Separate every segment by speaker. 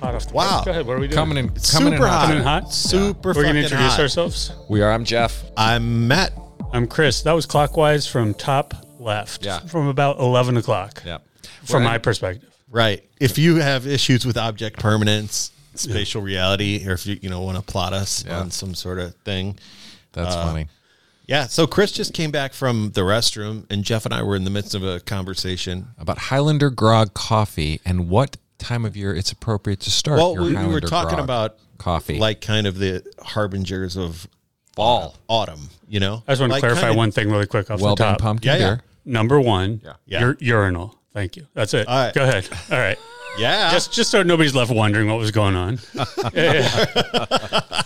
Speaker 1: hottest.
Speaker 2: Wow.
Speaker 1: Go ahead. What are we doing?
Speaker 3: coming in coming
Speaker 2: Super
Speaker 3: in hot.
Speaker 2: hot.
Speaker 1: Coming in hot.
Speaker 2: Super
Speaker 1: We're gonna
Speaker 2: fucking
Speaker 1: introduce
Speaker 2: hot.
Speaker 1: ourselves.
Speaker 3: We are. I'm Jeff.
Speaker 2: I'm Matt.
Speaker 1: I'm Chris. That was clockwise from top left.
Speaker 3: Yeah.
Speaker 1: From about eleven o'clock.
Speaker 3: Yep.
Speaker 1: From
Speaker 3: We're-
Speaker 1: my perspective.
Speaker 2: Right. If you have issues with object permanence, spatial reality, or if you you know want to plot us
Speaker 3: Yeah.
Speaker 2: on some sort of thing,
Speaker 3: That's funny.
Speaker 2: yeah. So Chris just came back from the restroom, and Jeff and I were in the midst of a conversation.
Speaker 3: About Highlander grog coffee and what time of year it's appropriate to start.
Speaker 2: Well,
Speaker 3: your
Speaker 2: we, we were
Speaker 3: Highlander
Speaker 2: talking
Speaker 3: grog
Speaker 2: about
Speaker 3: coffee.
Speaker 2: like kind of the harbingers of
Speaker 3: fall,
Speaker 2: autumn. You know,
Speaker 1: I just want to
Speaker 2: Like
Speaker 1: clarify
Speaker 2: kinda-
Speaker 1: one thing really quick off
Speaker 3: well
Speaker 1: the
Speaker 3: been
Speaker 1: top.
Speaker 3: pumpkin
Speaker 2: Yeah, yeah.
Speaker 3: beer.
Speaker 1: Number one. Yeah.
Speaker 2: Yeah.
Speaker 1: Ur- urinal. Thank you. That's it.
Speaker 2: All right.
Speaker 1: Go ahead. All right.
Speaker 2: Yeah.
Speaker 1: Just just so nobody's left wondering what was going on. Yeah, yeah.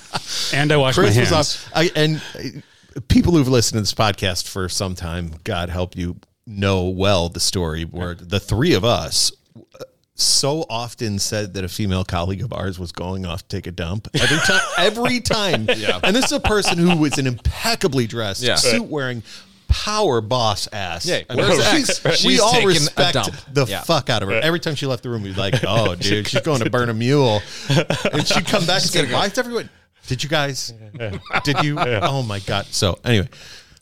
Speaker 1: and I washed
Speaker 2: Chris
Speaker 1: my
Speaker 2: was
Speaker 1: hands.
Speaker 2: off. I, and uh, people who've listened to this podcast for some time, God help you, know well the story where the three of us uh, so often said that a female colleague of ours was going off to take a dump every time. Every time. And this is a person who was an impeccably dressed,
Speaker 3: Yeah.
Speaker 2: suit wearing, power boss ass.
Speaker 3: Yeah,
Speaker 2: I
Speaker 3: where's
Speaker 2: mean,
Speaker 3: X?
Speaker 2: she's,
Speaker 3: She's
Speaker 2: we all
Speaker 3: taking a
Speaker 2: respect
Speaker 3: dump.
Speaker 2: the
Speaker 3: Yeah.
Speaker 2: fuck out of her. Every time she left the room, we'd like, oh, dude, she's going to burn a mule. And she'd come back and say, why is everyone, did you guys, did you, oh my God. So anyway,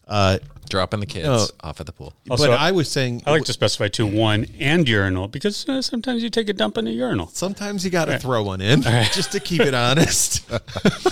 Speaker 2: uh,
Speaker 3: Dropping the kids off at the pool.
Speaker 1: Also,
Speaker 2: but I was saying,
Speaker 1: I like to specify two, one and urinal because uh, sometimes you take a dump in a urinal.
Speaker 2: sometimes you got to throw one in just to keep it honest.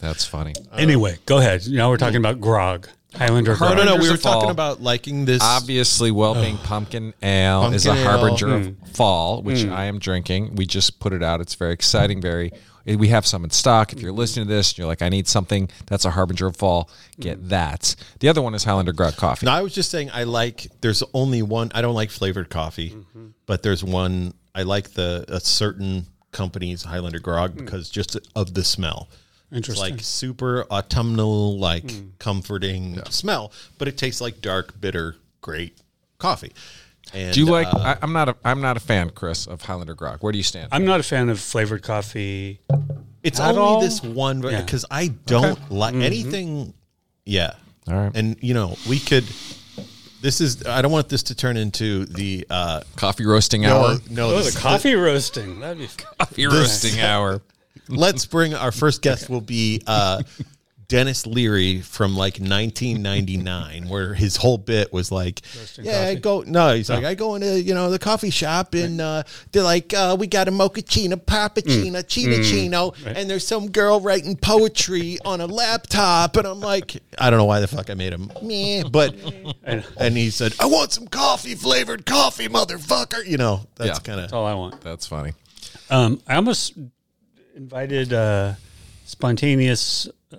Speaker 3: That's funny.
Speaker 2: Uh,
Speaker 1: anyway, go ahead. Now we're talking about grog. Highlander
Speaker 2: no,
Speaker 1: grog.
Speaker 2: no, no. We
Speaker 3: Harbingers
Speaker 2: were
Speaker 3: of fall.
Speaker 2: talking about liking this.
Speaker 3: Obviously, well being pumpkin ale is a
Speaker 2: Pumpkin ale. Hmm.
Speaker 3: harbinger of fall, which I am drinking. We just put it out. It's very exciting. Very. We have some in stock. If
Speaker 2: Hmm.
Speaker 3: you're listening to this, and you're like, I need something that's a harbinger of fall.
Speaker 2: Hmm.
Speaker 3: Get that. The other one is Highlander grog coffee.
Speaker 2: No, I was just saying I like. There's only one. I don't like flavored coffee,
Speaker 1: Mm-hmm.
Speaker 2: but there's one I like the a certain company's Highlander Grog because just of the smell. It's
Speaker 1: Mm. Interesting. Mm.
Speaker 2: like super autumnal, like comforting smell, but it tastes like dark, bitter, great coffee. And
Speaker 3: Do you like?
Speaker 2: uh,
Speaker 3: I, I'm not a. I'm not a fan, Chris, of Highlander grog. Where do you stand?
Speaker 1: I'm not a fan of flavored coffee.
Speaker 2: it's
Speaker 1: at
Speaker 2: only
Speaker 1: all?
Speaker 2: this one
Speaker 1: Yeah.
Speaker 2: because I don't like anything. Yeah.
Speaker 3: Mm-hmm. All right.
Speaker 2: And you know we could. This is. I don't want this to turn into the uh,
Speaker 3: coffee roasting hour.
Speaker 2: No,
Speaker 1: Oh,
Speaker 2: this-
Speaker 1: the coffee roasting. That'd be
Speaker 3: Coffee roasting hour.
Speaker 2: Let's bring our first guest will be uh, Dennis Leary from like 1999, where his whole bit was like, "Yeah, I go no." He's like, "I go into you know the coffee shop and uh, they're like, uh, we got a mochaccino, pappuccino, chinachino, and there's some girl writing poetry on a laptop." And I'm like, I don't know why the fuck I made him meh, but and he said, "I want some coffee flavored coffee, motherfucker." You know, that's
Speaker 3: Yeah.
Speaker 2: kind of
Speaker 1: that's all I want.
Speaker 3: That's funny.
Speaker 1: Um, I almost invited a spontaneous uh,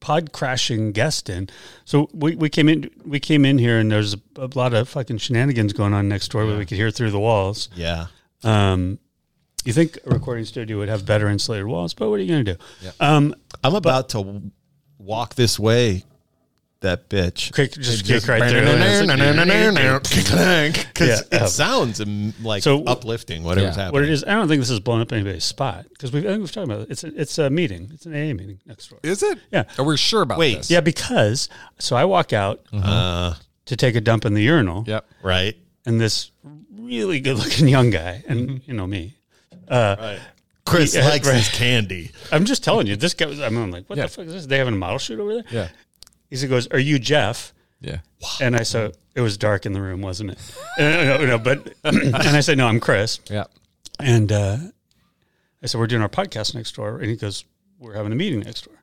Speaker 1: pod crashing guest in. So we, we came in we came in here and there's a, a lot of fucking shenanigans going on next door that we could hear through the walls.
Speaker 2: yeah.
Speaker 1: Um, you think a recording studio would have better insulated walls, but what are you going to do? Um,
Speaker 2: I'm about to w- walk this way. That bitch.
Speaker 1: Kick- just kick right through it.
Speaker 2: Because
Speaker 1: Yeah.
Speaker 2: it sounds um, like
Speaker 1: So-
Speaker 2: uplifting, whatever's
Speaker 3: Yeah.
Speaker 2: happening.
Speaker 1: What it is, I don't think this is blowing up anybody's spot because we've, I think we've talked about it. It's a, it's a meeting. It's an AA meeting next door.
Speaker 3: Is it?
Speaker 1: Yeah.
Speaker 3: Are we sure about
Speaker 2: Wait.
Speaker 3: this?
Speaker 1: Yeah, because so I walk out
Speaker 2: Uh,
Speaker 1: to take a dump in the urinal,
Speaker 3: Yep.
Speaker 2: right.
Speaker 1: and this really good-looking young guy, and
Speaker 3: Mm-hmm.
Speaker 1: you know me,
Speaker 2: Chris
Speaker 1: Yeah,
Speaker 2: likes
Speaker 1: right.
Speaker 2: his candy.
Speaker 1: I'm just telling you, this guy was. I'm like, what
Speaker 3: Yeah.
Speaker 1: the fuck is this? They having a model shoot over there?
Speaker 3: Yeah.
Speaker 1: He said, goes, "Are you Jeff?"
Speaker 3: Yeah.
Speaker 1: And I said, "It was dark in the room, wasn't it?" And, no, no, but and I said, "No, I'm Chris."
Speaker 3: Yeah.
Speaker 1: And uh, I said, We're doing our podcast next door. And he goes, We're having a meeting next door.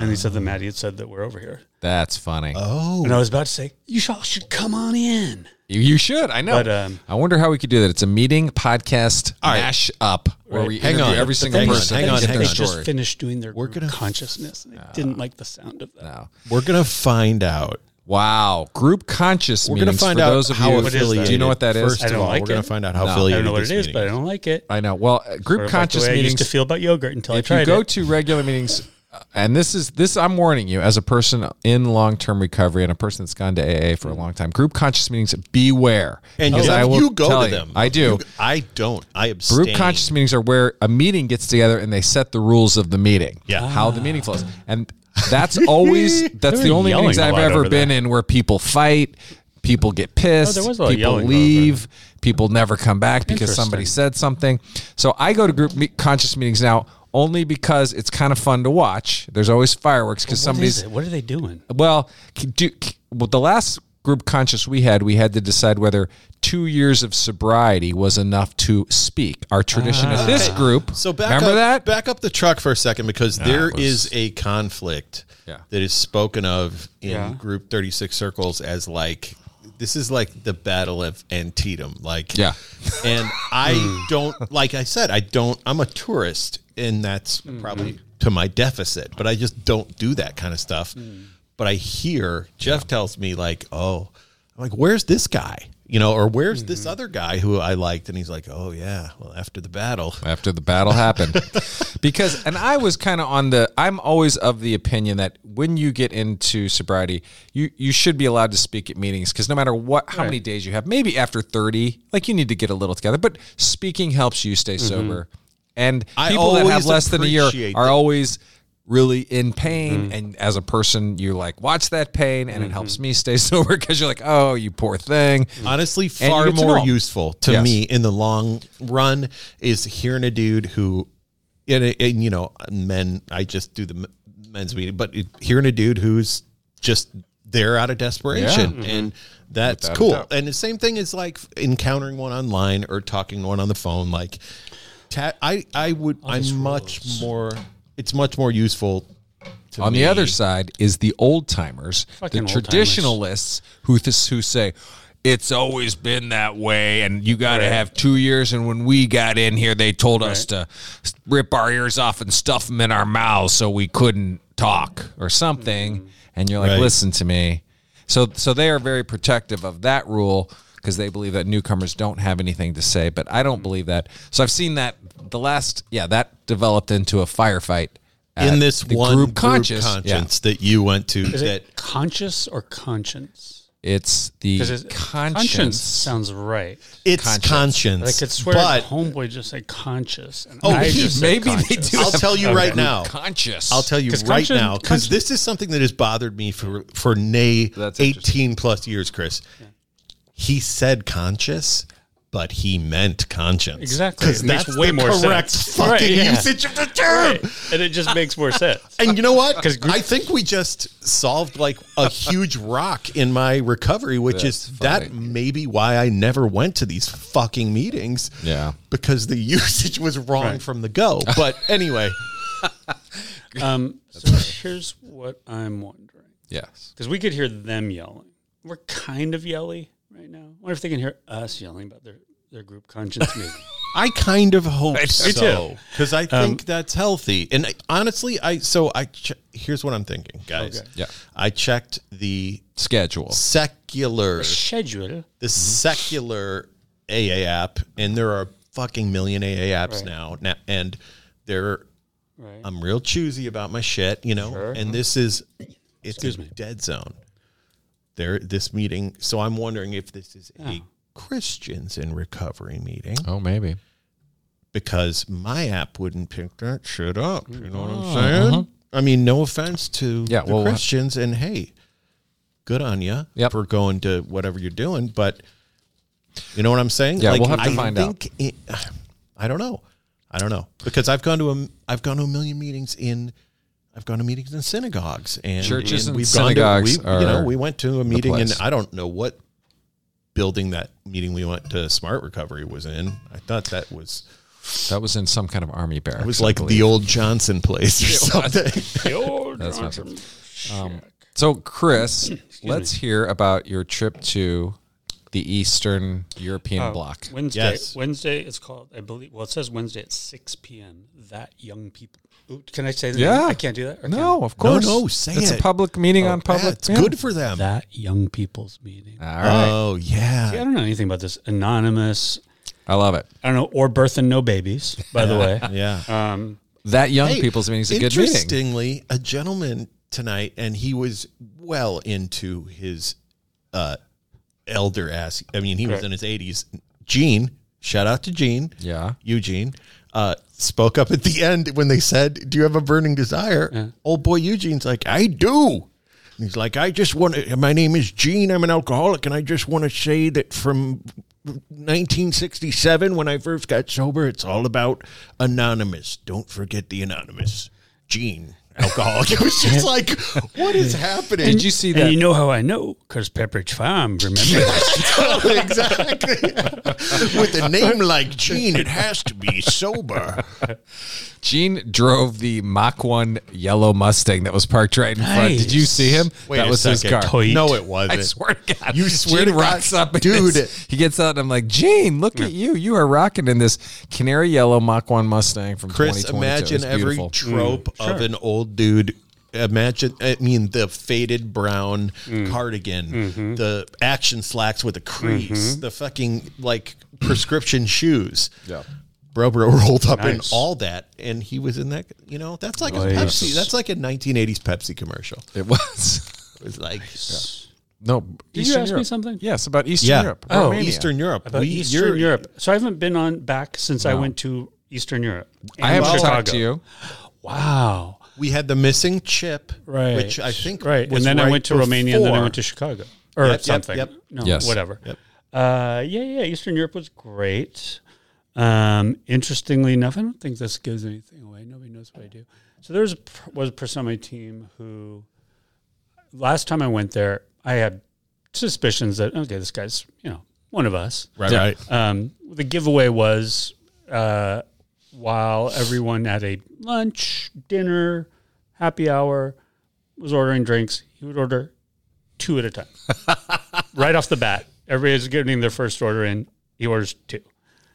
Speaker 1: And he said that Maddie had said that we're over here.
Speaker 3: That's funny.
Speaker 2: Oh,
Speaker 1: And I was about to say, you all should come on in.
Speaker 3: You, you should. I know.
Speaker 1: But, um,
Speaker 3: I wonder how we could do that. It's a meeting podcast
Speaker 2: uh, right.
Speaker 3: mash up where we
Speaker 2: Hang
Speaker 3: interview
Speaker 2: on.
Speaker 3: every
Speaker 2: But
Speaker 3: single
Speaker 2: hang on,
Speaker 3: person.
Speaker 2: hang
Speaker 3: and
Speaker 2: on,
Speaker 3: get
Speaker 2: hang
Speaker 3: their
Speaker 2: on.
Speaker 1: They just
Speaker 3: story.
Speaker 1: finished doing their
Speaker 2: We're
Speaker 1: group
Speaker 2: gonna-
Speaker 1: consciousness. And I didn't like the sound of that.
Speaker 3: No.
Speaker 2: we're gonna find out.
Speaker 3: Wow. Group conscious
Speaker 2: We're gonna
Speaker 3: meetings.
Speaker 2: find
Speaker 3: for
Speaker 2: out
Speaker 3: those of
Speaker 2: how
Speaker 3: you,
Speaker 2: affiliated.
Speaker 3: Do you know what that is?
Speaker 2: First
Speaker 1: I
Speaker 2: of
Speaker 1: don't
Speaker 2: all,
Speaker 1: like
Speaker 2: we're gonna
Speaker 1: it.
Speaker 2: find out how
Speaker 3: No. I don't
Speaker 2: affiliated.
Speaker 1: I don't know what
Speaker 2: this
Speaker 1: it is,
Speaker 2: meeting
Speaker 1: but I don't like it.
Speaker 3: I know. Well, uh, group
Speaker 1: Sort of like
Speaker 3: conscious
Speaker 1: the way I
Speaker 3: meetings.
Speaker 1: used to feel about yogurt until I
Speaker 3: if
Speaker 1: tried
Speaker 3: you go
Speaker 1: it.
Speaker 3: to regular meetings uh, and this is this i'm warning you as a person in long-term recovery and a person that's gone to aa for a long time group conscious meetings beware
Speaker 2: And
Speaker 3: Because
Speaker 2: you,
Speaker 3: I will
Speaker 2: you go
Speaker 3: tell
Speaker 2: to
Speaker 3: you,
Speaker 2: them.
Speaker 3: i do
Speaker 2: You- I don't. I abstain.
Speaker 3: Group conscious meetings are where a meeting gets together and they set the rules of the meeting.
Speaker 2: Yeah.
Speaker 3: How the meeting flows. And that's always that's the
Speaker 1: were
Speaker 3: only
Speaker 1: yelling
Speaker 3: meetings
Speaker 1: a
Speaker 3: I've
Speaker 1: lot
Speaker 3: ever
Speaker 1: over
Speaker 3: been in where people fight, people get pissed,
Speaker 1: Oh, there was a lot of
Speaker 3: people
Speaker 1: yelling
Speaker 3: leave, people never come back because somebody
Speaker 1: Interesting.
Speaker 3: said something. So I go to group me- conscious meetings now only because it's kind of fun to watch. There's always fireworks because
Speaker 1: What is
Speaker 3: somebody's
Speaker 1: it? What are they doing?
Speaker 3: well, c- do, c- well, the last group conscious we had, we had to decide whether two years of sobriety was enough to speak. Our tradition at this group.
Speaker 2: Ah. So back
Speaker 3: remember
Speaker 2: up,
Speaker 3: that?
Speaker 2: back up the truck for a second because there
Speaker 3: it
Speaker 2: is
Speaker 3: was-
Speaker 2: a conflict
Speaker 3: Yeah.
Speaker 2: that is spoken of in
Speaker 1: Yeah.
Speaker 2: group 36 circles as like this is like the battle of Antietam like
Speaker 3: Yeah.
Speaker 2: and I don't like I said I don't I'm a tourist and that's probably to my deficit but I just don't do that kind of stuff but I hear Jeff tells me like oh I'm like where's this guy you know or where's this other guy who I liked and he's like oh yeah well after the battle
Speaker 3: after the battle happened because and i was kind of on the i'm always of the opinion that when you get into sobriety you you should be allowed to speak at meetings because no matter what how many days you have maybe after 30 like you need to get a little together but speaking helps you stay sober
Speaker 2: Mm-hmm.
Speaker 3: and
Speaker 2: I
Speaker 3: people that have
Speaker 2: always
Speaker 3: less than a year
Speaker 2: appreciate
Speaker 3: are
Speaker 2: that. Mm-hmm.
Speaker 3: always really in pain and as a person you like watch that pain and it helps me stay sober because you're like oh you poor thing
Speaker 2: Mm-hmm. honestly
Speaker 3: And you
Speaker 2: far
Speaker 3: get to
Speaker 2: more
Speaker 3: know 'em.
Speaker 2: useful to
Speaker 3: Yes.
Speaker 2: me in the long run is hearing a dude who and, and you know men i just do the m- men's meeting but it, hearing a dude who's just there out of desperation and that's
Speaker 3: Mm-hmm. Without a
Speaker 2: cool
Speaker 3: doubt.
Speaker 2: and the same thing is like encountering one online or talking to one on the phone like ta- i i would i'm much more it's much more useful to
Speaker 3: on
Speaker 2: me.
Speaker 3: the other side is the old timers, the
Speaker 1: Fucking old-timers.
Speaker 3: traditionalists who th- who say it's always been that way, and you got to have two years. And when we got in here, they told us to s- rip our ears off and stuff them in our mouths so we couldn't talk or something. And you're like,
Speaker 2: Right.
Speaker 3: listen to me. So so they are very protective of that rule because they believe that newcomers don't have anything to say. But I don't believe that. So I've seen that the last yeah that developed into a firefight. at
Speaker 2: in this
Speaker 3: the
Speaker 2: one group conscience,
Speaker 3: conscious. Yeah.
Speaker 2: that you went to
Speaker 1: Is
Speaker 2: that
Speaker 1: it conscious or conscience?
Speaker 3: It's the
Speaker 1: Because it's-
Speaker 3: conscience.
Speaker 1: sounds right.
Speaker 2: It's
Speaker 3: Conscience.
Speaker 2: conscience.
Speaker 1: Like I could swear
Speaker 2: but
Speaker 1: homeboy just said conscious. And
Speaker 2: Oh,
Speaker 1: I
Speaker 2: he-
Speaker 1: just said
Speaker 3: maybe they
Speaker 1: conscious.
Speaker 3: do.
Speaker 2: I'll tell you
Speaker 1: Okay.
Speaker 2: right now.
Speaker 3: conscious.
Speaker 2: I'll tell you
Speaker 1: 'Cause
Speaker 2: right
Speaker 1: conscience-
Speaker 2: now because this is something that has bothered me for for nay
Speaker 3: That's interesting.
Speaker 2: eighteen plus years, Chris. He said conscious, but he meant conscience.
Speaker 1: Exactly.
Speaker 2: because
Speaker 1: It makes
Speaker 2: that's
Speaker 1: way
Speaker 2: the
Speaker 1: more
Speaker 2: correct
Speaker 1: sense.
Speaker 2: fucking
Speaker 1: Right, yeah.
Speaker 2: usage of the term.
Speaker 1: Right. And it just makes more sense.
Speaker 2: And you know what?
Speaker 1: 'Cause group-
Speaker 2: I think we just solved like a huge rock in my recovery, which
Speaker 3: That's
Speaker 2: is
Speaker 3: funny.
Speaker 2: that may be why I never went to these fucking meetings.
Speaker 3: Yeah.
Speaker 2: Because the usage was wrong from the go. But anyway,
Speaker 1: Um, so here's what I'm wondering.
Speaker 3: Yes.
Speaker 1: Because we could hear them yelling. We're kind of yelly right now. I wonder if they can hear us yelling about their, their group conscience meeting.
Speaker 2: I kind of hope
Speaker 1: too.
Speaker 2: so. Because
Speaker 3: Um,
Speaker 2: I think that's healthy. And I- honestly, I, so I, ch- here's what I'm thinking, guys.
Speaker 1: Okay.
Speaker 3: Yeah.
Speaker 2: I checked the
Speaker 3: Schedule.
Speaker 2: secular
Speaker 1: Schedule.
Speaker 2: the secular AA app, and there are fucking million AA apps
Speaker 1: Right.
Speaker 2: now. Now, and they're
Speaker 1: Right.
Speaker 2: I'm real choosy about my shit, you know. And this is it's
Speaker 1: Mm-hmm. Excuse
Speaker 2: a
Speaker 1: me.
Speaker 2: dead zone. There, this meeting. So I'm wondering if this is a Christians in recovery meeting
Speaker 3: Oh, maybe.
Speaker 2: because my app wouldn't pick that shit up. You know what I'm saying? I mean, no offense to
Speaker 3: Ah, uh-huh. Yeah,
Speaker 2: the
Speaker 3: well,
Speaker 2: Christians, and hey, good on you
Speaker 3: Yep.
Speaker 2: for going to whatever you're doing, but you know what I'm saying?
Speaker 3: Yeah, we'll have to find out.
Speaker 2: It, I don't know. I don't know because I've gone to a I've gone to a million meetings in I've gone to meetings in synagogues and
Speaker 3: Churches and synagogues
Speaker 2: Gone to, we, you know,
Speaker 3: are
Speaker 2: we went to a meeting and
Speaker 3: place.
Speaker 2: I don't know what building that meeting we went to Smart Recovery was in. I thought that was
Speaker 3: That was in some kind of army barracks.
Speaker 2: It was like the old Johnson place or something.
Speaker 3: That's not good. Um, so, Chris, let's hear about your trip to the Eastern European
Speaker 1: Oh,
Speaker 3: bloc.
Speaker 1: Wednesday.
Speaker 2: Yes.
Speaker 1: Wednesday it's called. I believe. Well, it says Wednesday at six p.m. That young people. Ooh, can I say that?
Speaker 3: Yeah.
Speaker 1: I can't do that. or
Speaker 3: No,
Speaker 1: can I?
Speaker 3: of course.
Speaker 2: no, say
Speaker 3: it's
Speaker 2: it.
Speaker 3: a public meeting on
Speaker 2: Yeah,
Speaker 3: public.
Speaker 2: it's
Speaker 3: yeah.
Speaker 2: good for them.
Speaker 1: That young people's meeting.
Speaker 3: All right.
Speaker 2: Oh yeah.
Speaker 1: See, I don't know anything about this anonymous.
Speaker 3: I love it.
Speaker 1: I don't know or birth and no babies. By the way,
Speaker 2: Yeah.
Speaker 1: um,
Speaker 3: That young
Speaker 2: Hey,
Speaker 3: people's meeting is a good meeting.
Speaker 2: Interestingly, a gentleman tonight, and he was well into his uh, elder ass. I mean, he was in his eighties. Gene, shout out to Gene.
Speaker 3: Yeah.
Speaker 2: Eugene uh, spoke up at the end when they said, "Do you have a burning desire?" Old boy Eugene's like, "I do." And he's like, "I just want to. My name is Gene. I'm an alcoholic, and I just want to say that from." 1967 when I first got sober it's all about anonymous don't forget the anonymous Gene alcoholic it was just like what is happening
Speaker 3: Did you see
Speaker 1: and you
Speaker 3: that?
Speaker 1: know how I know because Pepperidge Farm. Remember,
Speaker 2: exactly with a name like Gene it has to be sober
Speaker 3: Gene drove the Mach 1 yellow Mustang that was parked right in front. Did you
Speaker 1: Nice.
Speaker 3: see him? that
Speaker 2: a
Speaker 3: was his
Speaker 2: second.
Speaker 3: car.
Speaker 1: Toy-
Speaker 2: No, it wasn't.
Speaker 3: I swear to God.
Speaker 2: You swear
Speaker 3: Gene
Speaker 2: to God,
Speaker 3: rocks up, in
Speaker 2: dude.
Speaker 3: this- he gets out, and I'm like, Gene, look at you. You are rocking in this canary yellow Mach 1 Mustang from
Speaker 2: Chris,
Speaker 3: 2022. It
Speaker 2: imagine
Speaker 3: was
Speaker 2: every
Speaker 3: beautiful.
Speaker 2: trope
Speaker 1: Mm,
Speaker 2: of an old dude. Imagine, I mean, the faded brown
Speaker 1: Mm.
Speaker 2: cardigan,
Speaker 1: Mm-hmm.
Speaker 2: the action slacks with a crease, the fucking like prescription shoes.
Speaker 3: Yeah.
Speaker 2: Bro, bro rolled up in
Speaker 1: Nice.
Speaker 2: all that, and he was in that. You know, that's like a
Speaker 1: Nice.
Speaker 2: Pepsi. That's like a 1980s Pepsi commercial.
Speaker 3: It was.
Speaker 2: It was like,
Speaker 3: No,
Speaker 1: Did you ask me something?
Speaker 3: Yes, about Eastern
Speaker 2: yeah,
Speaker 3: Europe.
Speaker 2: Oh,
Speaker 3: Romania.
Speaker 2: Eastern Europe.
Speaker 1: about
Speaker 2: We-
Speaker 1: Eastern
Speaker 2: you're-
Speaker 1: Europe. So I haven't been on back since I went to Eastern Europe.
Speaker 3: I
Speaker 1: And
Speaker 3: haven't
Speaker 1: Chicago.
Speaker 3: talked to you.
Speaker 1: Wow.
Speaker 2: We had the missing chip,
Speaker 1: Right.
Speaker 2: Which I think,
Speaker 1: right. and
Speaker 2: was
Speaker 1: then I
Speaker 2: right
Speaker 1: went to Romania and then I
Speaker 2: before.
Speaker 1: went to Chicago or
Speaker 2: Yep, yep,
Speaker 1: something.
Speaker 2: yep.
Speaker 1: No,
Speaker 3: Yes.
Speaker 1: whatever.
Speaker 2: Yep.
Speaker 1: Uh, yeah, yeah. Eastern Europe was great. Um, interestingly enough, I don't think this gives anything away. Nobody knows what I do. So there was a, per- was a person on my team who, last time I went there, I had suspicions that okay, this guy's you know one of us.
Speaker 2: Right,
Speaker 3: Yeah.
Speaker 2: right.
Speaker 1: Um, the giveaway was uh, while everyone at a lunch, dinner, happy hour was ordering drinks, he would order two at a time. right off the bat, everybody's getting their first order in. He orders two.
Speaker 3: Th-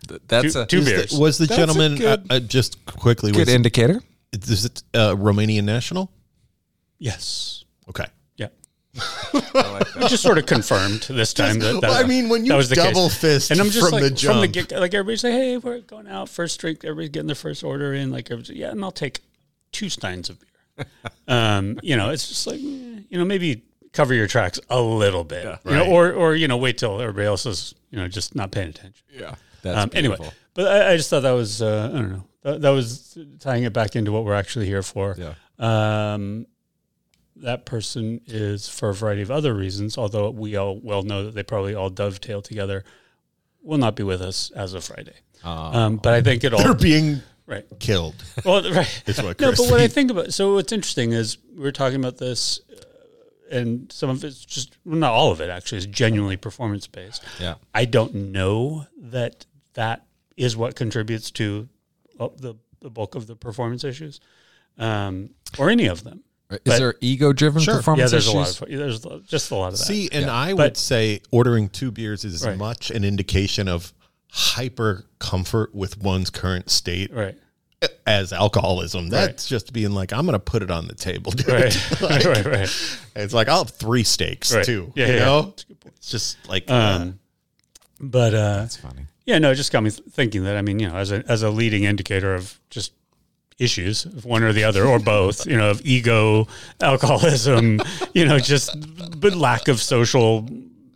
Speaker 1: Two,
Speaker 3: That's a
Speaker 1: two
Speaker 3: good
Speaker 1: beers.
Speaker 2: Was the
Speaker 3: That's a
Speaker 2: gentleman
Speaker 3: good-
Speaker 2: uh, uh, just quickly? Was,
Speaker 3: indicator.
Speaker 2: is it uh, Romanian national?
Speaker 1: yes.
Speaker 2: Okay.
Speaker 1: Yeah. Which is sort of confirmed this time. That, that-
Speaker 2: Well, I mean, when you
Speaker 1: that was the case.
Speaker 2: double fist
Speaker 1: and I'm just
Speaker 2: from
Speaker 1: like
Speaker 2: the
Speaker 1: from the
Speaker 2: jump.
Speaker 1: get, like everybody's like, hey, we're going out first drink. Everybody's getting their first order in. Like, everybody's, yeah, and I'll take two steins of beer. um, you know, it's just like eh, you know, maybe cover your tracks a little bit, you know, or or you know, wait till everybody else is you know just not paying attention.
Speaker 3: Yeah. That's
Speaker 1: Um, anyway,
Speaker 3: beautiful.
Speaker 1: but I, I just thought that was uh, I don't know that, that was tying it back into what we're actually here for.
Speaker 3: Yeah.
Speaker 1: Um, that person is for a variety of other reasons, although we all well know that they probably all dovetail together. Will not be with us as of Friday,
Speaker 3: Ah.
Speaker 1: um, but I think it all
Speaker 2: They're being
Speaker 1: right.
Speaker 2: killed.
Speaker 1: Well, right.
Speaker 2: It's what
Speaker 1: no,
Speaker 2: Chris
Speaker 1: but what I
Speaker 2: means.
Speaker 1: think about so what's interesting is we were talking about this, uh, and some of it's just well, not all of it actually is genuinely performance based.
Speaker 3: Yeah.
Speaker 1: I don't know that that is what contributes to uh, the the bulk of the performance issues, um, or any of them.
Speaker 3: Is
Speaker 1: But-
Speaker 3: there ego driven
Speaker 1: Yeah,
Speaker 3: performance
Speaker 1: there's
Speaker 3: issues?
Speaker 1: a lot of there's lo- just a lot of that.
Speaker 2: See, and I would
Speaker 1: But-
Speaker 2: say ordering two beers is as
Speaker 1: Right.
Speaker 2: much an indication of hyper comfort with one's current state
Speaker 1: right,
Speaker 2: as alcoholism. That's just being like, I'm going to put it on the table, dude.
Speaker 1: right,
Speaker 2: Like,
Speaker 1: right, right.
Speaker 2: It's like I'll have three steaks
Speaker 1: Right.
Speaker 2: too.
Speaker 1: Yeah,
Speaker 2: you
Speaker 1: yeah, yeah.
Speaker 2: know,
Speaker 1: That's
Speaker 2: it's just like uh,
Speaker 1: Um, but uh,
Speaker 3: That's funny.
Speaker 1: Yeah, no, it just got me th- thinking that. I mean, you know, as a as a leading indicator of just issues of one or the other or both, you know, of ego, alcoholism, you know, just but lack of social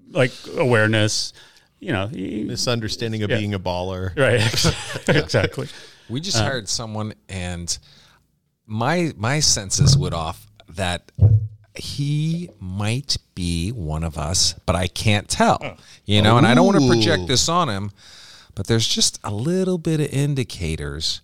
Speaker 1: like awareness, you know, y-
Speaker 2: misunderstanding of being a baller.
Speaker 1: right? exactly.
Speaker 3: We just hired someone, and my my senses went off that he might be one of us, but I can't tell. You know, and I don't want to project
Speaker 2: Ooh.
Speaker 3: this on him, but there's just a little bit of indicators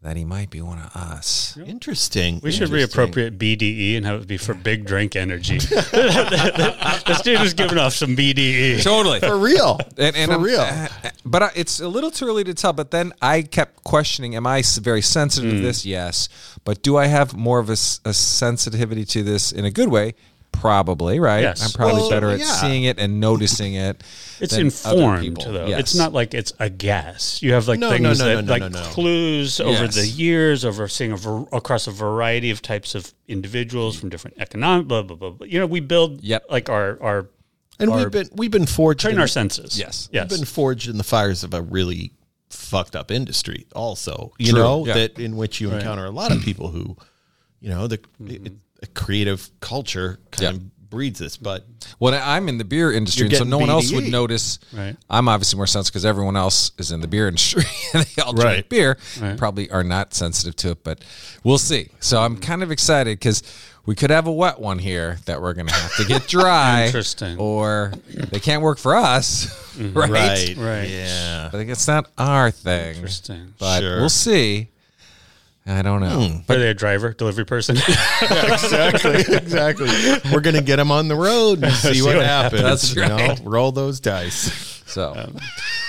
Speaker 3: that he might be one of us.
Speaker 2: Interesting.
Speaker 1: We should
Speaker 2: Interesting.
Speaker 1: reappropriate BDE and have it be for big drink energy. this dude is giving off some E. BDE.
Speaker 3: Totally.
Speaker 2: for real.
Speaker 3: And, and
Speaker 2: for
Speaker 3: I'm-
Speaker 2: real.
Speaker 3: uh, uh, but I, it's a little too early to tell. But then I kept questioning: Am I s- very sensitive
Speaker 1: Mm.
Speaker 3: to this? Yes. But do I have more of a, s- a sensitivity to this in a good way? Probably, right?
Speaker 1: Yes.
Speaker 3: I'm probably
Speaker 2: Well,
Speaker 3: better at
Speaker 2: yeah.
Speaker 3: seeing it and noticing it.
Speaker 1: It's
Speaker 3: than other
Speaker 1: informed
Speaker 3: people.
Speaker 1: though.
Speaker 3: Yes.
Speaker 1: It's not like it's a guess. You have like
Speaker 2: No, no,
Speaker 1: things
Speaker 2: no,
Speaker 1: that
Speaker 2: no, no,
Speaker 1: like
Speaker 2: no, no.
Speaker 1: clues over
Speaker 3: Yes.
Speaker 1: the years, over seeing a ver- across a variety of types of individuals from different economic blah blah blah. blah. You know, we build
Speaker 3: Yep.
Speaker 1: like our our
Speaker 2: And
Speaker 1: Or-
Speaker 2: we've been we've been forged
Speaker 1: train
Speaker 2: in-
Speaker 1: our senses.
Speaker 3: Yes.
Speaker 1: yes.
Speaker 2: been forged in the fires of a really fucked up industry also you
Speaker 3: True,
Speaker 2: know
Speaker 3: yeah.
Speaker 2: that in which you encounter a lot of people who you know the
Speaker 1: Mm-hmm.
Speaker 2: it, a creative culture kind
Speaker 3: Yeah.
Speaker 2: of breeds this but
Speaker 3: Well, I'm in the beer industry,
Speaker 2: You're
Speaker 3: so
Speaker 2: getting
Speaker 3: no one else would
Speaker 2: BDE.
Speaker 3: notice.
Speaker 1: Right.
Speaker 3: I'm obviously more sensitive because everyone else is in the beer industry and they all drink
Speaker 2: Right.
Speaker 3: beer. Probably are not sensitive to it, but we'll see. So I'm kind of excited because we could have a wet one here that we're going to have to get dry.
Speaker 1: Interesting.
Speaker 3: Or they can't work for us, right?
Speaker 1: Right.
Speaker 2: yeah
Speaker 3: I think it's not our thing.
Speaker 1: Interesting.
Speaker 3: But
Speaker 2: Sure.
Speaker 3: we'll see. I don't know.
Speaker 1: Are they a driver, delivery person?
Speaker 2: exactly exactly we're gonna get them on the road and see, what,
Speaker 1: what
Speaker 2: happens,
Speaker 3: happens. That's
Speaker 2: you know?
Speaker 3: right.
Speaker 2: roll those dice
Speaker 3: So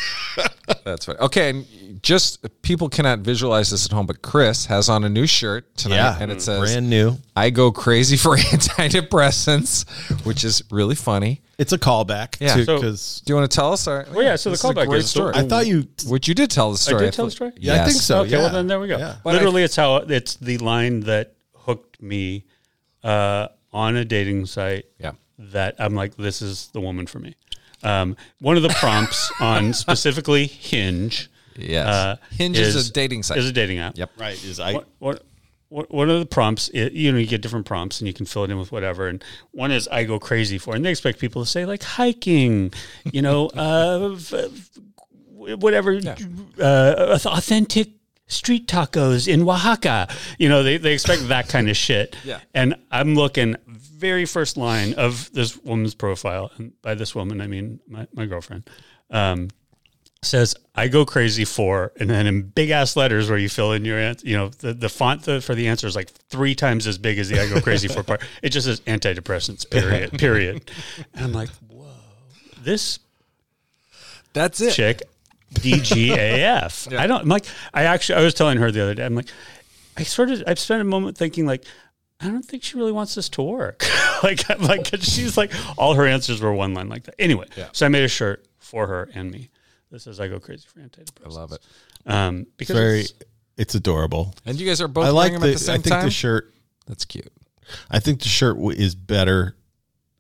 Speaker 3: that's right. Okay, and just people cannot visualize this at home, but Chris has on a new shirt tonight,
Speaker 2: yeah Mm,
Speaker 3: and it says
Speaker 2: brand new
Speaker 3: "I go crazy for antidepressants," which is really funny.
Speaker 2: it's a callback
Speaker 3: Yeah.
Speaker 2: yeah
Speaker 1: So-
Speaker 2: because
Speaker 3: Do you want to tell us? Or,
Speaker 1: Well, yeah, so the
Speaker 3: this is a
Speaker 1: callback
Speaker 3: great
Speaker 1: is-
Speaker 3: story.
Speaker 2: i thought you
Speaker 3: which you did tell the story.
Speaker 1: did tell the
Speaker 3: thought-
Speaker 1: story?
Speaker 2: yeah i think
Speaker 3: Yes.
Speaker 2: so
Speaker 1: okay,
Speaker 2: yeah.
Speaker 1: well then there we go.
Speaker 2: Yeah.
Speaker 3: But
Speaker 1: Literally, it's how it's the line that hooked me uh, on a dating site.
Speaker 3: Yeah.
Speaker 1: that I'm like, this is the woman for me. Um, one of the prompts on specifically Hinge. uh,
Speaker 3: Yes. Hinge is a dating site.
Speaker 1: Is a dating app.
Speaker 3: Yep.
Speaker 2: right is i
Speaker 1: What, what, what, one of the prompts, i you know, you get different prompts and you can fill it in with whatever. And one is I go crazy for, and they expect people to say like hiking, you know, uh, f- f- whatever, uh, auth- authentic street tacos in Oaxaca. You know, they, they expect that kind of shit.
Speaker 3: Yeah.
Speaker 1: And I'm looking very first line of this woman's profile. And by this woman, I mean my, my girlfriend. Um, says I go crazy for, and then in big ass letters where you fill in your, ans- you know, the, the font the, for the answer is like three times as big as the I go crazy for part. It just says antidepressants, period, period. And I'm like, whoa, this
Speaker 3: That's it.
Speaker 1: chick DGAF. I don't I'm like I actually I was telling her the other day, I'm like, I sort of I've spent a moment thinking like, I don't think she really wants this to work. like I'm like 'cause she's like all her answers were one line like that. Anyway, so I made a shirt for her and me. This is I go crazy for antidepressants. I
Speaker 3: Love it.
Speaker 1: Um because
Speaker 2: very
Speaker 1: it's-
Speaker 2: it's adorable
Speaker 3: And you guys are both
Speaker 2: I like
Speaker 3: wearing
Speaker 2: the.
Speaker 3: them at the same
Speaker 2: I think
Speaker 3: time.
Speaker 2: the shirt.
Speaker 3: That's cute.
Speaker 2: I think the shirt w- is better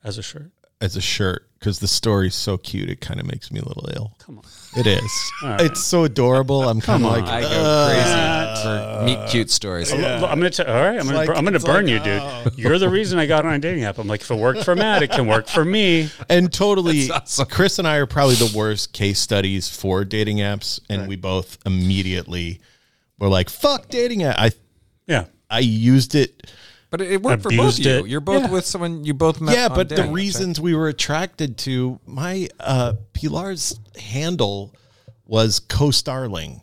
Speaker 1: as a shirt.
Speaker 2: as a shirt because the story's so cute. It kind of makes me a little ill.
Speaker 1: Come on.
Speaker 2: It is. It's so adorable. I'm kind of like.
Speaker 3: I go crazy for meet cute stories.
Speaker 1: L- l- I'm gonna t- all right. I'm gonna
Speaker 2: like-
Speaker 1: bur- I'm gonna
Speaker 2: it's
Speaker 1: burn
Speaker 2: like,
Speaker 1: you, dude. You're the reason I got on a dating app. I'm like, if it worked for Matt, it can work for me.
Speaker 2: and totally,
Speaker 3: awesome.
Speaker 2: Chris and I are probably the worst case studies for dating apps, and we both immediately were like, "Fuck dating app." I
Speaker 1: Yeah.
Speaker 2: I used it.
Speaker 3: But it, it worked for both of
Speaker 1: Abused
Speaker 3: you.
Speaker 1: it.
Speaker 3: You're both
Speaker 1: Yeah.
Speaker 3: with someone you both met.
Speaker 2: Yeah,
Speaker 3: on
Speaker 2: but the
Speaker 3: dating apps, right?
Speaker 2: reasons we were attracted to my uh, Pilar's handle was co starling.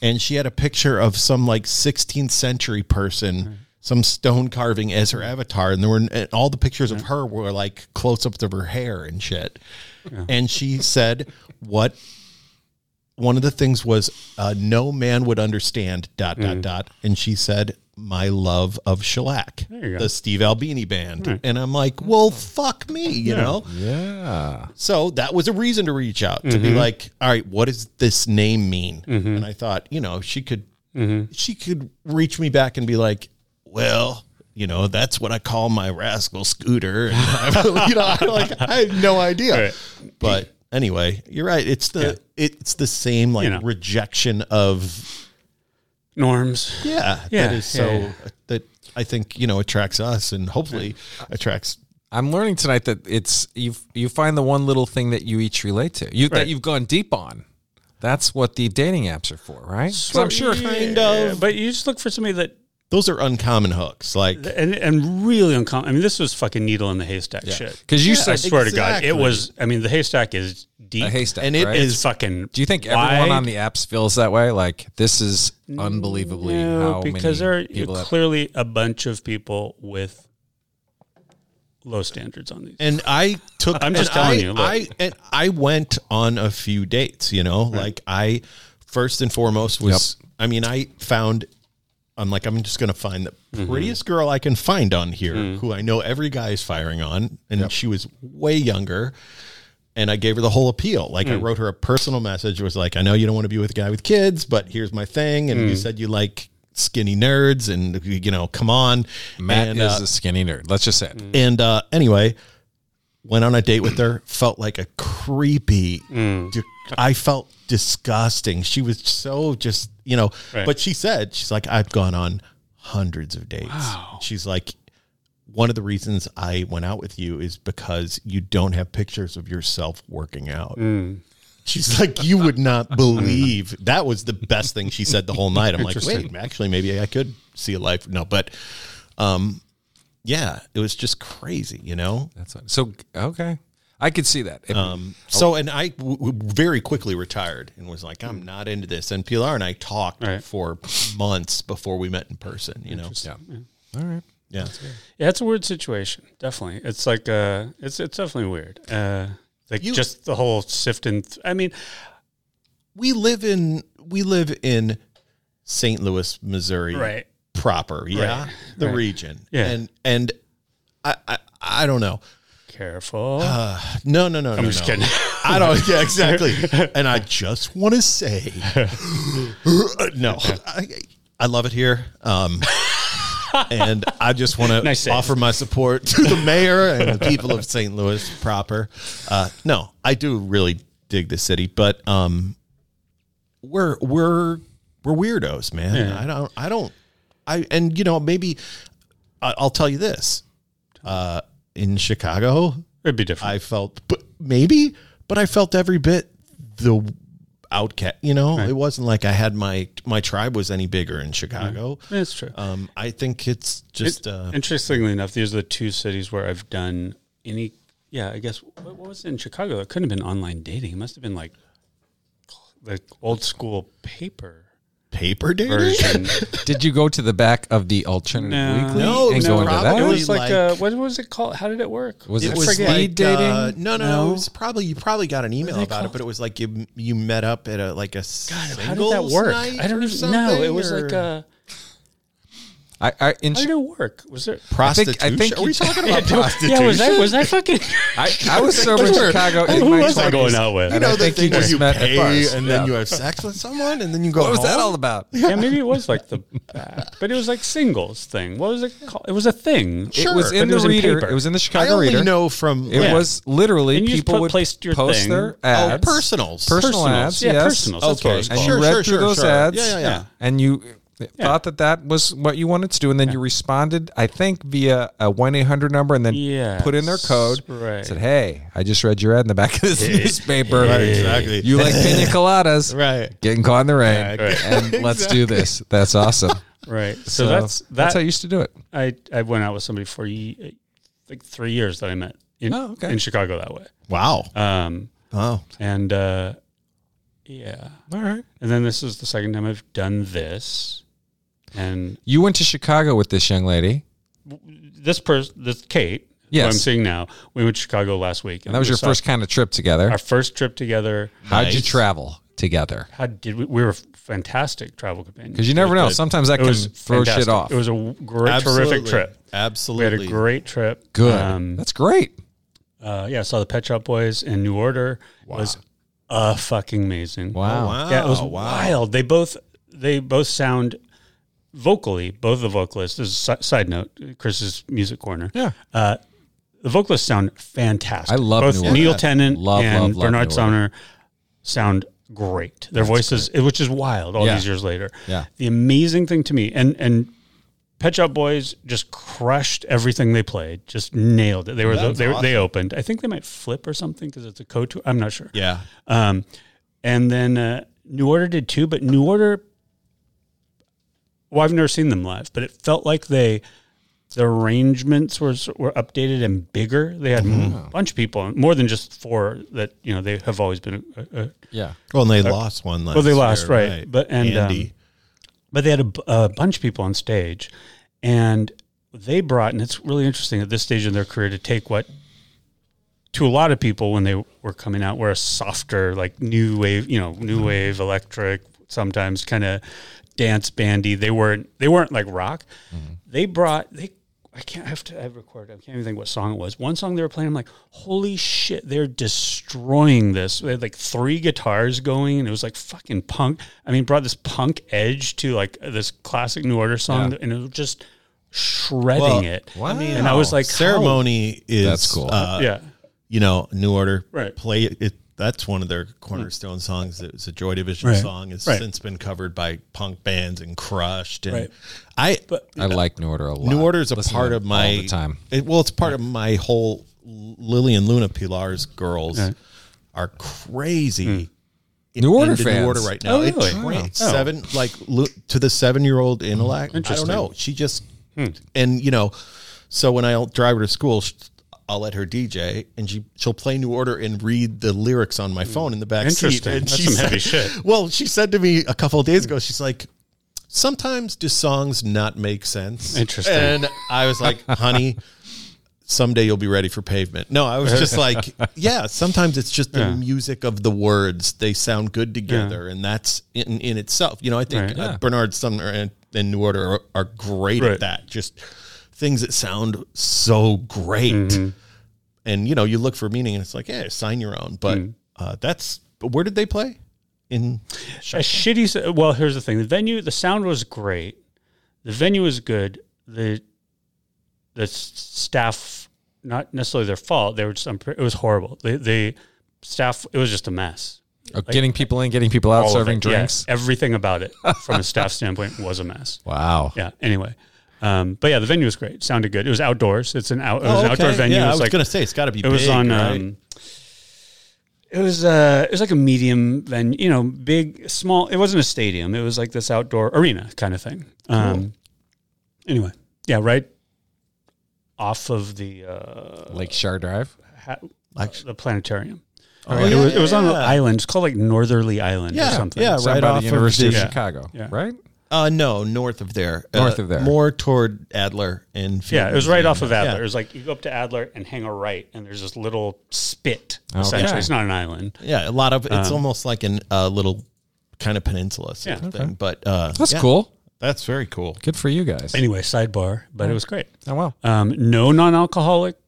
Speaker 2: And she had a picture of some like 16th century person,
Speaker 3: Mm-hmm.
Speaker 2: some stone carving as her avatar. And there were and all the pictures
Speaker 3: Mm-hmm.
Speaker 2: of her were like close ups of her hair and shit. And she said, What one of the things was uh, no man would understand dot
Speaker 1: Mm.
Speaker 2: dot dot and she said my love of shellac
Speaker 1: you go.
Speaker 2: the steve albini band and i'm like well fuck me you know
Speaker 3: Yeah.
Speaker 2: so that was a reason to reach out to
Speaker 1: Mm-hmm.
Speaker 2: be like all right what does this name mean and i thought you know she could
Speaker 1: Mm-hmm.
Speaker 2: she could reach me back and be like well you know that's what i call my rascal scooter and i you know i like i had no idea
Speaker 1: Right.
Speaker 2: but anyway you're right it's the it's the same like
Speaker 1: You know.
Speaker 2: rejection of
Speaker 1: Norms.
Speaker 2: yeah,
Speaker 1: Yeah,
Speaker 2: that is
Speaker 1: yeah,
Speaker 2: so
Speaker 1: yeah.
Speaker 2: that i think you know attracts us and hopefully attracts
Speaker 3: I'm learning tonight that it's you. You find the one little thing that you each relate to, you that
Speaker 1: Right.
Speaker 3: you've gone deep on. That's what the dating apps are for, right? So I'm sure.
Speaker 2: kind of
Speaker 1: But you just look for somebody that
Speaker 2: those are uncommon hooks. Like
Speaker 1: and and really uncommon. I mean, this was fucking needle in the haystack shit.
Speaker 3: Because you
Speaker 1: I
Speaker 3: said
Speaker 1: swear to God,
Speaker 2: exactly.
Speaker 1: it was. I mean, the haystack is deep.
Speaker 3: a haystack,
Speaker 2: and it
Speaker 3: right?
Speaker 1: It's fucking.
Speaker 3: Do you think
Speaker 1: wide.
Speaker 3: everyone on the apps feels that way? Like this is unbelievably
Speaker 1: No,
Speaker 3: how
Speaker 1: because there
Speaker 3: many
Speaker 1: are
Speaker 3: people have-
Speaker 1: clearly a bunch of people with low standards on these.
Speaker 2: And I took.
Speaker 1: I'm just
Speaker 2: and
Speaker 1: telling
Speaker 2: I-
Speaker 1: you, look.
Speaker 2: I and I went on a few dates. You know, like I first and foremost was. I mean, I found. I'm like, I'm just gonna find the
Speaker 1: Mm-hmm.
Speaker 2: prettiest girl I can find on here, who I know every guy is firing on, and she was way younger. And I gave her the whole appeal. Like I
Speaker 1: Mm.
Speaker 2: wrote her a personal message. It was like, I know you don't want to be with a guy with kids, but here's my thing. And you
Speaker 1: Mm.
Speaker 2: said you like skinny nerds, and you know, come on.
Speaker 3: Matt
Speaker 2: and,
Speaker 3: is
Speaker 2: uh,
Speaker 3: a skinny nerd. Let's just say it.
Speaker 2: and uh, anyway, went on a date with her. Felt like a creepy. d- I felt disgusting. She was so just you know.
Speaker 1: Right.
Speaker 2: But she said she's like I've gone on hundreds of dates. She's like one of the reasons I went out with you is because you don't have pictures of yourself working out. She's like, you would not believe that was the best thing she said the whole night. I'm like, wait, actually, maybe I could see a life. No, but um, yeah, it was just crazy, you know.
Speaker 3: That's what, so okay. I could see that. If-
Speaker 2: Um,
Speaker 1: Oh.
Speaker 2: so, and I w- w- very quickly retired and was like, I'm not into this. And Pilar and I talked
Speaker 1: Right.
Speaker 2: for months before we met in person, you know.
Speaker 3: yeah. All right.
Speaker 2: Yeah,
Speaker 1: Yeah, it's a weird situation. Definitely, it's like uh, it's it's definitely weird. Uh, like
Speaker 2: You-
Speaker 1: just the whole sifting. Th- I mean,
Speaker 2: we live in we live in St. Louis, Missouri,
Speaker 1: right?
Speaker 2: Proper, yeah,
Speaker 1: Right.
Speaker 2: the region,
Speaker 1: Yeah.
Speaker 2: and and I I, I don't know.
Speaker 1: Careful.
Speaker 2: No, no, no.
Speaker 1: I'm just kidding.
Speaker 2: I don't. Yeah, exactly. and I just want to say, no, I, I love it here. Um, and I just want to
Speaker 1: Nice save.
Speaker 2: offer my support to the mayor and the people of St. Louis proper. Uh, no, I do really dig the city, but um, we're we're we're weirdos, man. I don't. I don't. I and you know maybe I, I'll tell you this. Uh, in Chicago,
Speaker 1: It'd be different.
Speaker 2: I felt, but maybe, but I felt every bit the outcast. You know, it wasn't like I had my my tribe was any bigger in Chicago.
Speaker 3: Mm.
Speaker 1: That's true.
Speaker 2: Um, I think it's just uh,
Speaker 1: Interestingly enough, these are the two cities where I've done any. Yeah, I guess what, what was it in Chicago? It couldn't have been online dating. It must have been like the old school paper
Speaker 2: paper dating.
Speaker 1: version.
Speaker 3: Did you go to the back of the alternative
Speaker 1: No.
Speaker 3: weekly
Speaker 2: No,
Speaker 3: and
Speaker 2: no,
Speaker 3: go into
Speaker 2: probably
Speaker 3: that?
Speaker 1: it was like,
Speaker 2: Like-
Speaker 1: uh, what was it called? How did it work?
Speaker 3: Was
Speaker 1: I
Speaker 3: it was
Speaker 1: forget.
Speaker 3: speed dating?
Speaker 2: uh, no, no, no,
Speaker 1: No.
Speaker 2: It was probably you probably got an email about it, but it was like you you met up at a like a singles
Speaker 1: How did that work?
Speaker 2: night
Speaker 1: I don't
Speaker 2: or
Speaker 1: even know. It
Speaker 2: something,
Speaker 1: was
Speaker 2: or-
Speaker 1: like a.
Speaker 3: I, I, in,
Speaker 1: How did it work? Was there?
Speaker 2: prostitution.
Speaker 3: I think
Speaker 2: Are we
Speaker 3: you-
Speaker 2: talking about prostitution?
Speaker 1: Yeah, was I was I fucking?
Speaker 3: I, I was sober in
Speaker 2: Who
Speaker 3: Chicago.
Speaker 2: was-
Speaker 3: in
Speaker 2: who
Speaker 3: my
Speaker 2: was I
Speaker 3: 20s,
Speaker 1: going out with?
Speaker 3: and
Speaker 2: You know
Speaker 3: I
Speaker 2: the
Speaker 3: think
Speaker 2: thing
Speaker 3: you
Speaker 2: where
Speaker 3: just
Speaker 2: you
Speaker 3: met
Speaker 2: pay
Speaker 3: at bars.
Speaker 2: and
Speaker 3: Yeah.
Speaker 2: then you have sex with someone and then you go.
Speaker 3: What was that
Speaker 2: home?
Speaker 3: all about?
Speaker 1: yeah, maybe it was like the back, but it was like singles thing. What was it called? It was a thing.
Speaker 3: It was
Speaker 1: But
Speaker 3: in the reader.
Speaker 1: paper.
Speaker 3: It was in the
Speaker 2: I
Speaker 3: Chicago
Speaker 2: only
Speaker 3: Reader.
Speaker 2: know from
Speaker 3: It
Speaker 2: yeah.
Speaker 3: was literally
Speaker 1: And you just
Speaker 3: people
Speaker 1: put-
Speaker 3: would
Speaker 1: placed your
Speaker 3: post
Speaker 1: thing.
Speaker 3: their
Speaker 1: Oh,
Speaker 3: ads,
Speaker 2: personals.
Speaker 3: personal
Speaker 1: Personals.
Speaker 3: ads,
Speaker 1: Yeah,
Speaker 3: yes.
Speaker 1: personals, that's what
Speaker 2: Okay.
Speaker 1: it was
Speaker 3: and
Speaker 2: Sure,
Speaker 3: you read
Speaker 2: sure,
Speaker 3: through
Speaker 2: sure,
Speaker 3: those
Speaker 2: sure.
Speaker 3: ads,
Speaker 2: Yeah, yeah, yeah.
Speaker 3: and you thought that that was what you wanted to do, and then you responded, I think, via a one eight hundred number, and then put in their
Speaker 1: Yes,
Speaker 3: code.
Speaker 1: right.
Speaker 3: Said, hey, I just read your ad in the back of this newspaper.
Speaker 2: Right, exactly.
Speaker 3: You like pina coladas,
Speaker 2: Right.
Speaker 3: Getting caught in the rain,
Speaker 2: Right.
Speaker 3: and let's do this. That's awesome.
Speaker 1: right. So, that's that,
Speaker 3: that's how you used to do it.
Speaker 1: I I went out with somebody for ye- like three years that I met in
Speaker 3: Oh, okay.
Speaker 1: in Chicago that way.
Speaker 2: Wow.
Speaker 1: Um,
Speaker 2: Oh.
Speaker 1: and uh, yeah,
Speaker 3: All right.
Speaker 1: and then this is the second time I've done this, and
Speaker 3: You went to Chicago with this young lady.
Speaker 1: this person, this Kate, who I'm
Speaker 3: Yes.
Speaker 1: seeing now, we went to Chicago last week,
Speaker 3: And that was
Speaker 1: we
Speaker 3: your
Speaker 1: saw-
Speaker 3: first kind of trip together.
Speaker 1: our first trip together.
Speaker 3: How'd you
Speaker 2: Nice.
Speaker 3: travel together?
Speaker 1: How did we? We were fantastic travel companions
Speaker 3: Because you never know. Sometimes that
Speaker 1: It
Speaker 3: can
Speaker 1: was
Speaker 3: throw shit
Speaker 1: fantastic.
Speaker 3: off.
Speaker 1: It was a w- great, terrific trip. We had
Speaker 2: Absolutely.
Speaker 1: a great trip.
Speaker 3: good.
Speaker 1: Um,
Speaker 3: That's great.
Speaker 1: uh, yeah, saw the Pet Shop Boys in New Order. Was uh fucking amazing.
Speaker 3: Wow.
Speaker 2: wow.
Speaker 1: Yeah, it was
Speaker 2: wow.
Speaker 1: wild. They both they both sound vocally. Both the vocalists. This is a si- side note. Chris's music corner.
Speaker 3: Yeah.
Speaker 1: Uh, the vocalists sound fantastic.
Speaker 3: I love
Speaker 1: both
Speaker 3: New Order.
Speaker 1: Neil Tennant
Speaker 3: Love,
Speaker 1: and
Speaker 3: love, love
Speaker 1: Bernard
Speaker 3: New Order.
Speaker 1: Sumner sound great. Their voices, which is wild, all
Speaker 3: Yeah.
Speaker 1: these years later.
Speaker 3: Yeah.
Speaker 1: The amazing thing to me, and and Pet Shop Boys just crushed everything they played, just nailed it. They were the,
Speaker 2: That's
Speaker 1: they,
Speaker 2: awesome.
Speaker 1: they opened. I think they might flip or something because it's a co tour. I'm not sure.
Speaker 2: Yeah.
Speaker 1: Um, and then uh, New Order did too, but New Order Well, I've never seen them live, but it felt like they the arrangements were were updated and bigger. They had a bunch of people, more than just four that you know they have always been. Uh, uh,
Speaker 3: Yeah.
Speaker 2: Well, and they lost one last.
Speaker 1: well, they lost,
Speaker 2: year,
Speaker 1: right. But and um,
Speaker 2: Andy,
Speaker 1: but they had a, b- a bunch of people on stage, and they brought, and it's really interesting at this stage in their career to take what to a lot of people when they were coming out were a softer, like new wave, you know, new wave electric, sometimes kind of dance bandy. They weren't they weren't like rock. They brought they. I can't I have to. I have recorded. I can't even think what song it was. One song they were playing. I'm like, holy shit! They're destroying this. They had like three guitars going, and it was like fucking punk. I mean, brought this punk edge to like this classic New Order song, and it was just shredding
Speaker 2: Well,
Speaker 1: it.
Speaker 3: Wow.
Speaker 1: And I was like, how-
Speaker 2: ceremony is
Speaker 3: That's cool.
Speaker 2: Uh,
Speaker 1: yeah.
Speaker 2: you know, New Order.
Speaker 1: Right.
Speaker 2: Play it. That's one of their cornerstone songs. It's a Joy Division
Speaker 1: Right.
Speaker 2: song. It's
Speaker 1: Right.
Speaker 2: since been covered by punk bands and crushed. And
Speaker 1: Right.
Speaker 2: I,
Speaker 3: I like New Order a lot.
Speaker 2: New Order is a
Speaker 3: Listen to
Speaker 2: part
Speaker 3: them
Speaker 2: of my
Speaker 3: all the time.
Speaker 2: It, well, it's part of my whole Lily and Luna Pilar's girls are crazy. in-
Speaker 3: New Order
Speaker 2: into
Speaker 3: fans.
Speaker 2: New Order right now.
Speaker 1: Hmm. Oh,
Speaker 2: It
Speaker 1: really?
Speaker 2: tra-
Speaker 1: Wow.
Speaker 2: seven like lu- to the seven year old intellect. I don't
Speaker 1: Interesting. Hmm.
Speaker 2: know. She just and you know, so when I drive her to school. sh I'll let her DJ, and she she'll play New Order and read the lyrics on my phone in the back seat.
Speaker 1: Hmm. Interesting.
Speaker 2: And
Speaker 1: That's
Speaker 2: she
Speaker 1: some
Speaker 2: said-
Speaker 1: heavy shit.
Speaker 2: Well, she said to me a couple of days ago, she's like, sometimes do songs not make sense?
Speaker 1: Interesting.
Speaker 2: And I was like, honey, someday you'll be ready for pavement. No, I was just like, yeah, sometimes it's just the music of the words. They sound good together, and that's in, in itself. You know, I think
Speaker 1: Right.
Speaker 2: uh, Bernard Sumner and, and New Order are, are great
Speaker 1: Right.
Speaker 2: at that. Just things that sound so great.
Speaker 1: Mm-hmm.
Speaker 2: And, you know, you look for meaning, and it's like, yeah, sign your own. But
Speaker 1: Mm.
Speaker 2: uh, that's, but where did they play? In
Speaker 1: a shitty. s- Well, here's the thing: the venue, the sound was great, the venue was good. the The s- staff, not necessarily their fault, they were just. unpre- It was horrible. The the staff, it was just a mess.
Speaker 3: Of Oh, getting people in, getting people out,
Speaker 1: All of
Speaker 3: serving
Speaker 1: it, yeah.
Speaker 3: drinks.
Speaker 1: everything about it, from a staff standpoint, was a mess.
Speaker 3: Wow.
Speaker 1: Yeah. Anyway, um, but yeah, the venue was great. Sounded good. It was outdoors. It's an out. It was
Speaker 2: Oh,
Speaker 1: an outdoor
Speaker 2: okay.
Speaker 1: venue.
Speaker 2: Yeah,
Speaker 1: It
Speaker 2: I was
Speaker 1: like-
Speaker 2: gonna say it's got to be.
Speaker 1: it was
Speaker 2: big,
Speaker 1: on
Speaker 2: right?
Speaker 1: um it was uh it was like a medium venue you know big small it wasn't a stadium it was like this outdoor arena kind of thing um anyway yeah right off of the uh
Speaker 3: Lake Shar Drive.
Speaker 1: ha-
Speaker 2: Like-
Speaker 1: the planetarium
Speaker 2: Oh,
Speaker 1: it,
Speaker 2: yeah,
Speaker 1: was, it was on an
Speaker 2: yeah.
Speaker 1: island it's called like northerly island
Speaker 2: Yeah,
Speaker 1: or something
Speaker 2: yeah,
Speaker 1: So-
Speaker 3: Down
Speaker 2: Right
Speaker 3: by
Speaker 2: off of
Speaker 3: the University of,
Speaker 2: the-
Speaker 3: Chicago.
Speaker 1: Yeah.
Speaker 3: Right?
Speaker 2: Uh, no, north of there.
Speaker 3: North
Speaker 2: Uh,
Speaker 3: of there.
Speaker 2: more toward Adler and. Field
Speaker 1: yeah, it was right
Speaker 2: Museum.
Speaker 1: off of Adler.
Speaker 2: Yeah.
Speaker 1: It was like you go up to Adler and hang a right, and there's this little spit.
Speaker 2: Oh,
Speaker 3: Okay.
Speaker 1: Essentially, it's not an island.
Speaker 2: Yeah, a lot of
Speaker 1: Um,
Speaker 2: it's almost like an uh, little kind of peninsula sort of thing. But uh,
Speaker 3: That's
Speaker 2: yeah,
Speaker 3: cool.
Speaker 2: That's very cool.
Speaker 3: Good for you guys.
Speaker 1: Anyway, sidebar, but it was great.
Speaker 3: Oh, wow.
Speaker 1: Um, no non-alcoholic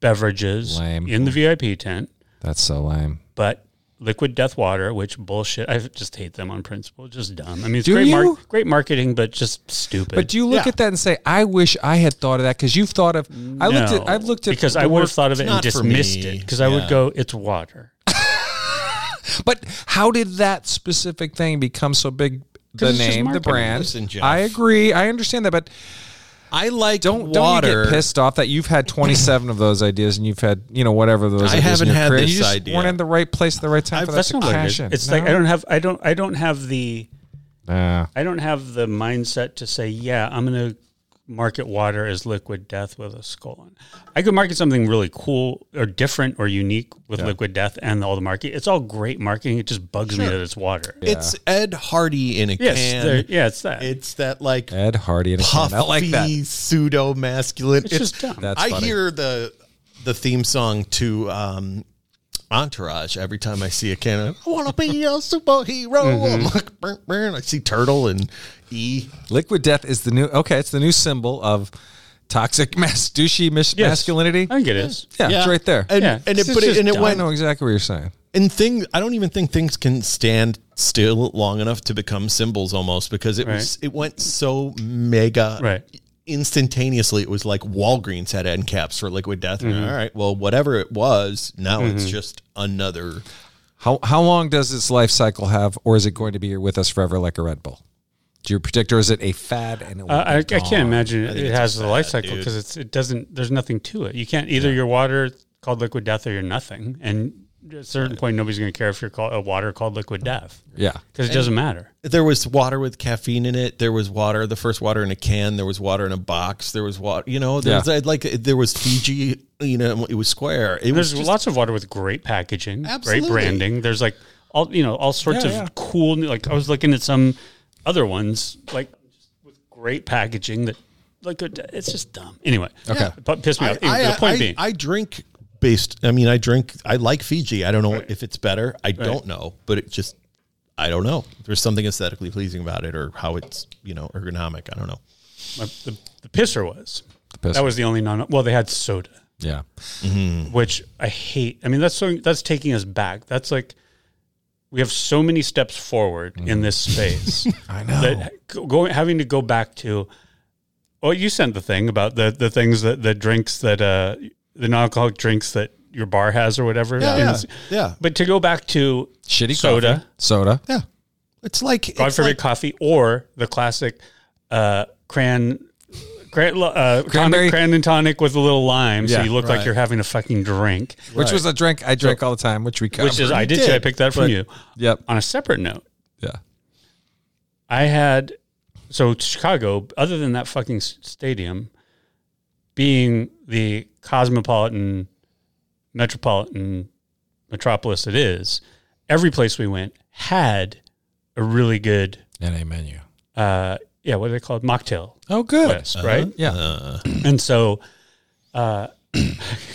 Speaker 1: beverages
Speaker 3: Lame.
Speaker 1: in the VIP tent,
Speaker 3: That's so lame.
Speaker 1: but liquid death water, which bullshit. I just hate them on principle. Just dumb. I mean, it's
Speaker 3: Do
Speaker 1: great,
Speaker 3: you?
Speaker 1: great marketing, but just stupid.
Speaker 3: But do you look
Speaker 2: Yeah.
Speaker 3: at that and say, "I wish I had thought of that"? Because you've thought of. I looked
Speaker 1: No,
Speaker 3: at. I've looked at
Speaker 1: because
Speaker 3: the
Speaker 1: I would have
Speaker 3: word-
Speaker 1: thought of it
Speaker 2: It's
Speaker 1: and
Speaker 2: not for me.
Speaker 1: dismissed it because I would
Speaker 2: Yeah.
Speaker 1: go, it's water.
Speaker 3: But how did that specific thing become so big? The
Speaker 1: it's just
Speaker 3: name, the
Speaker 1: marketing.
Speaker 3: brand.
Speaker 2: Listen, Jeff.
Speaker 3: I agree. I understand that, but
Speaker 2: I like
Speaker 3: don't
Speaker 2: water.
Speaker 3: don't you get pissed off that you've had twenty seven of those ideas and you've had you know whatever those.
Speaker 2: I
Speaker 3: ideas
Speaker 2: haven't
Speaker 3: in your
Speaker 2: had
Speaker 3: career.
Speaker 2: this
Speaker 3: You just
Speaker 2: idea.
Speaker 3: weren't in the right place at the right time for that
Speaker 1: That's
Speaker 3: to
Speaker 1: not what it
Speaker 3: cash
Speaker 1: is.
Speaker 3: in.
Speaker 1: It's like I don't have I don't I don't have the
Speaker 3: Nah.
Speaker 1: I don't have the mindset to say, yeah, I'm going to market water as liquid death with a skull on. it." I could market something really cool or different or unique with liquid death and all the marketing. It's all great marketing. It just bugs me that it's water.
Speaker 2: It's Ed Hardy in a
Speaker 1: yes, there-
Speaker 2: can.
Speaker 1: yeah, it's that.
Speaker 2: It's that like
Speaker 3: Ed Hardy and a can.
Speaker 2: puffy
Speaker 3: I like that.
Speaker 2: pseudo masculine.
Speaker 1: It's just dumb.
Speaker 3: That's
Speaker 2: I
Speaker 3: funny.
Speaker 2: hear the the theme song to um, Entourage every time I see a can. of, I want to be a superhero. I'm
Speaker 3: Mm-hmm.
Speaker 2: like, "Burn, burn." I see Turtle and E.
Speaker 3: Liquid death is the new okay. It's the new symbol of toxic mas- douchey mis-
Speaker 1: Yes.
Speaker 3: masculinity.
Speaker 1: I think it is.
Speaker 3: yeah, it's right there.
Speaker 2: And,
Speaker 1: Yeah.
Speaker 2: and it,
Speaker 1: It's
Speaker 2: but it,
Speaker 1: just
Speaker 2: and it
Speaker 1: dumb.
Speaker 3: I
Speaker 2: went
Speaker 3: know exactly what you're saying.
Speaker 2: and thing I don't even think things can stand still long enough to become symbols almost because it was it went so mega
Speaker 1: Right.
Speaker 2: instantaneously it was like Walgreens had end caps for liquid death
Speaker 1: Mm-hmm.
Speaker 2: And, all right well whatever it was now it's just another
Speaker 3: How how long does its life cycle have, or is it going to be with us forever like a Red Bull? Do you predict, or is it a fad? And it will
Speaker 1: Uh, I, I
Speaker 3: be gone?
Speaker 1: can't imagine it, it
Speaker 2: it's
Speaker 1: has
Speaker 2: a
Speaker 1: the
Speaker 2: fad,
Speaker 1: life cycle
Speaker 2: dude.
Speaker 1: because it's it doesn't. There's nothing to it. You can't either your water called liquid death or you're nothing, and at a certain point, nobody's going to care if you're called a water called liquid death
Speaker 3: Yeah.
Speaker 1: because it doesn't matter.
Speaker 2: There was water with caffeine in it. There was water, the first water in a can. There was water in a box. There was water, you know. There
Speaker 3: Yeah.
Speaker 2: was I'd like there was Fiji. You know, it was square. It
Speaker 1: There's
Speaker 2: was just,
Speaker 1: lots of water with great packaging,
Speaker 2: Absolutely.
Speaker 1: great branding. There's like all you know, all sorts
Speaker 3: Yeah,
Speaker 1: of
Speaker 3: yeah.
Speaker 1: cool. Like I was looking at some other ones, like with great packaging that, like it's just dumb. Anyway,
Speaker 3: Okay.
Speaker 1: but piss me
Speaker 2: I,
Speaker 1: off. Anyway,
Speaker 2: I-
Speaker 1: the point
Speaker 2: I-
Speaker 1: being,
Speaker 2: I drink based. I mean, I drink. I like Fiji. I don't know if it's better. I don't know, but it just. I don't know. There's something aesthetically pleasing about it, or how it's you know ergonomic. I don't know.
Speaker 1: my, the, the pisser was.
Speaker 3: pisser.
Speaker 1: That was the only non. Well, they had soda,
Speaker 3: Yeah.
Speaker 1: which I hate. I mean, that's so, that's taking us back. That's like we have so many steps forward in this space.
Speaker 3: Mm-hmm. I know.
Speaker 1: that go- going having to go back to well you sent the thing about the the things that the drinks that uh the non-alcoholic drinks that your bar has or whatever And it's-
Speaker 2: yeah.
Speaker 1: but to go back to
Speaker 3: Shitty
Speaker 1: soda
Speaker 3: coffee. Soda.
Speaker 2: Yeah. It's like it's
Speaker 1: god forbid
Speaker 2: like-
Speaker 1: coffee or the classic uh cran cran uh,
Speaker 3: Cranberry.
Speaker 1: tonic, cran and tonic with a little lime so
Speaker 3: Yeah,
Speaker 1: you look
Speaker 2: right.
Speaker 1: like you're having a fucking drink
Speaker 3: Which was a drink I drank all the time, which we covered.
Speaker 1: which is i did,
Speaker 2: did,
Speaker 1: too i picked that from
Speaker 2: but-
Speaker 1: you
Speaker 3: Yep.
Speaker 1: on a separate note
Speaker 3: Yeah.
Speaker 1: I had so Chicago. Other than that fucking s- stadium, being the cosmopolitan, metropolitan metropolis it is, every place we went had a really good,
Speaker 3: And a menu.
Speaker 1: uh, yeah, what are they called, mocktail
Speaker 3: Oh, good.
Speaker 1: list, right?
Speaker 3: Yeah.
Speaker 1: And so, uh,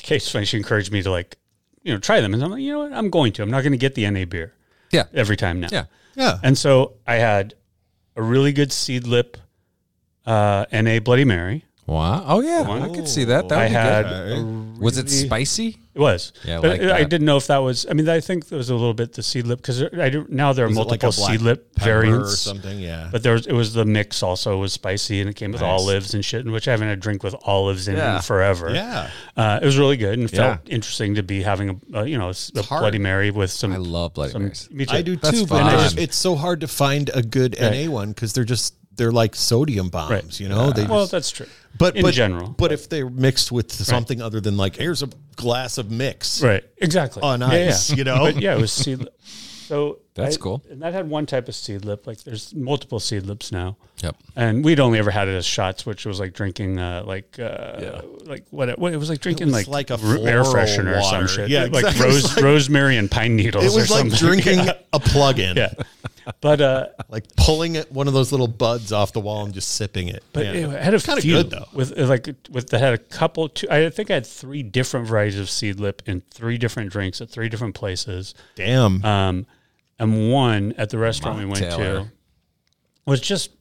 Speaker 1: Kate's funny. She encouraged me to like, you know, try them, and I'm like, you know what, I'm going to. I'm not going to get the NA beer
Speaker 3: yeah.
Speaker 1: every time now.
Speaker 3: Yeah.
Speaker 2: yeah.
Speaker 1: And so I had a really good seed lip uh, and a Bloody Mary.
Speaker 3: Wow. Oh, yeah. I could see that. That would
Speaker 1: I
Speaker 3: be
Speaker 1: had,
Speaker 3: good. Was it spicy?
Speaker 1: it was.
Speaker 3: Yeah, I
Speaker 1: but
Speaker 3: like
Speaker 1: I
Speaker 3: that.
Speaker 1: didn't know if that was, I mean, I think there was a little bit the seed lip because I do, now there are
Speaker 2: Is it like
Speaker 1: multiple
Speaker 2: a black
Speaker 1: seed lip
Speaker 2: pepper
Speaker 1: variants.
Speaker 2: or something. Yeah.
Speaker 1: But there was, it was the mix also was spicy and it came with olives and shit, which I haven't had a drink with olives in
Speaker 3: Yeah.
Speaker 1: forever.
Speaker 2: yeah.
Speaker 1: Uh, it was really good and felt interesting to be having a, uh, you know, a s- a
Speaker 2: hard.
Speaker 1: Bloody Mary with some.
Speaker 3: I love Bloody
Speaker 1: some,
Speaker 3: Marys.
Speaker 1: Me too.
Speaker 2: I do
Speaker 3: That's
Speaker 2: too, but it's,
Speaker 1: Um,
Speaker 3: fine.
Speaker 2: it's so hard to find a good NA one because they're just they're like sodium bombs,
Speaker 1: Right.
Speaker 2: you know. They
Speaker 1: Well,
Speaker 2: just,
Speaker 1: that's true.
Speaker 2: but
Speaker 1: in
Speaker 2: but,
Speaker 1: general.
Speaker 2: but if they're mixed with something other than like here's a glass of mix,
Speaker 1: Right. Exactly.
Speaker 2: On ice, you know?
Speaker 1: But yeah, it was seed lip. So
Speaker 3: That's
Speaker 1: I-
Speaker 3: cool.
Speaker 1: And that had one type of seed lip. Like there's multiple seed lips now.
Speaker 3: Yep.
Speaker 1: And we'd only ever had it as shots, which was like drinking, uh, like, uh, like what, what? It was like drinking
Speaker 2: was
Speaker 1: like,
Speaker 2: like a
Speaker 1: ro- air
Speaker 2: floral
Speaker 1: freshener or some
Speaker 2: water.
Speaker 1: shit.
Speaker 2: Yeah,
Speaker 1: like
Speaker 2: exactly. It was
Speaker 1: rose,
Speaker 2: like-
Speaker 1: rosemary and pine needles.
Speaker 2: It was
Speaker 1: or
Speaker 2: like
Speaker 1: something.
Speaker 2: drinking a plug-in,
Speaker 1: yeah. But uh,
Speaker 2: like pulling it, one of those little buds off the wall and just sipping it.
Speaker 1: but
Speaker 2: Yeah.
Speaker 1: it had a
Speaker 2: kinda
Speaker 1: few
Speaker 2: good, though.
Speaker 1: with uh, like with that had a couple. Two, I think I had three different varieties of seed lip in three different drinks at three different places.
Speaker 2: damn,
Speaker 1: um, and one at the restaurant we went
Speaker 3: Mocktail.
Speaker 1: to was just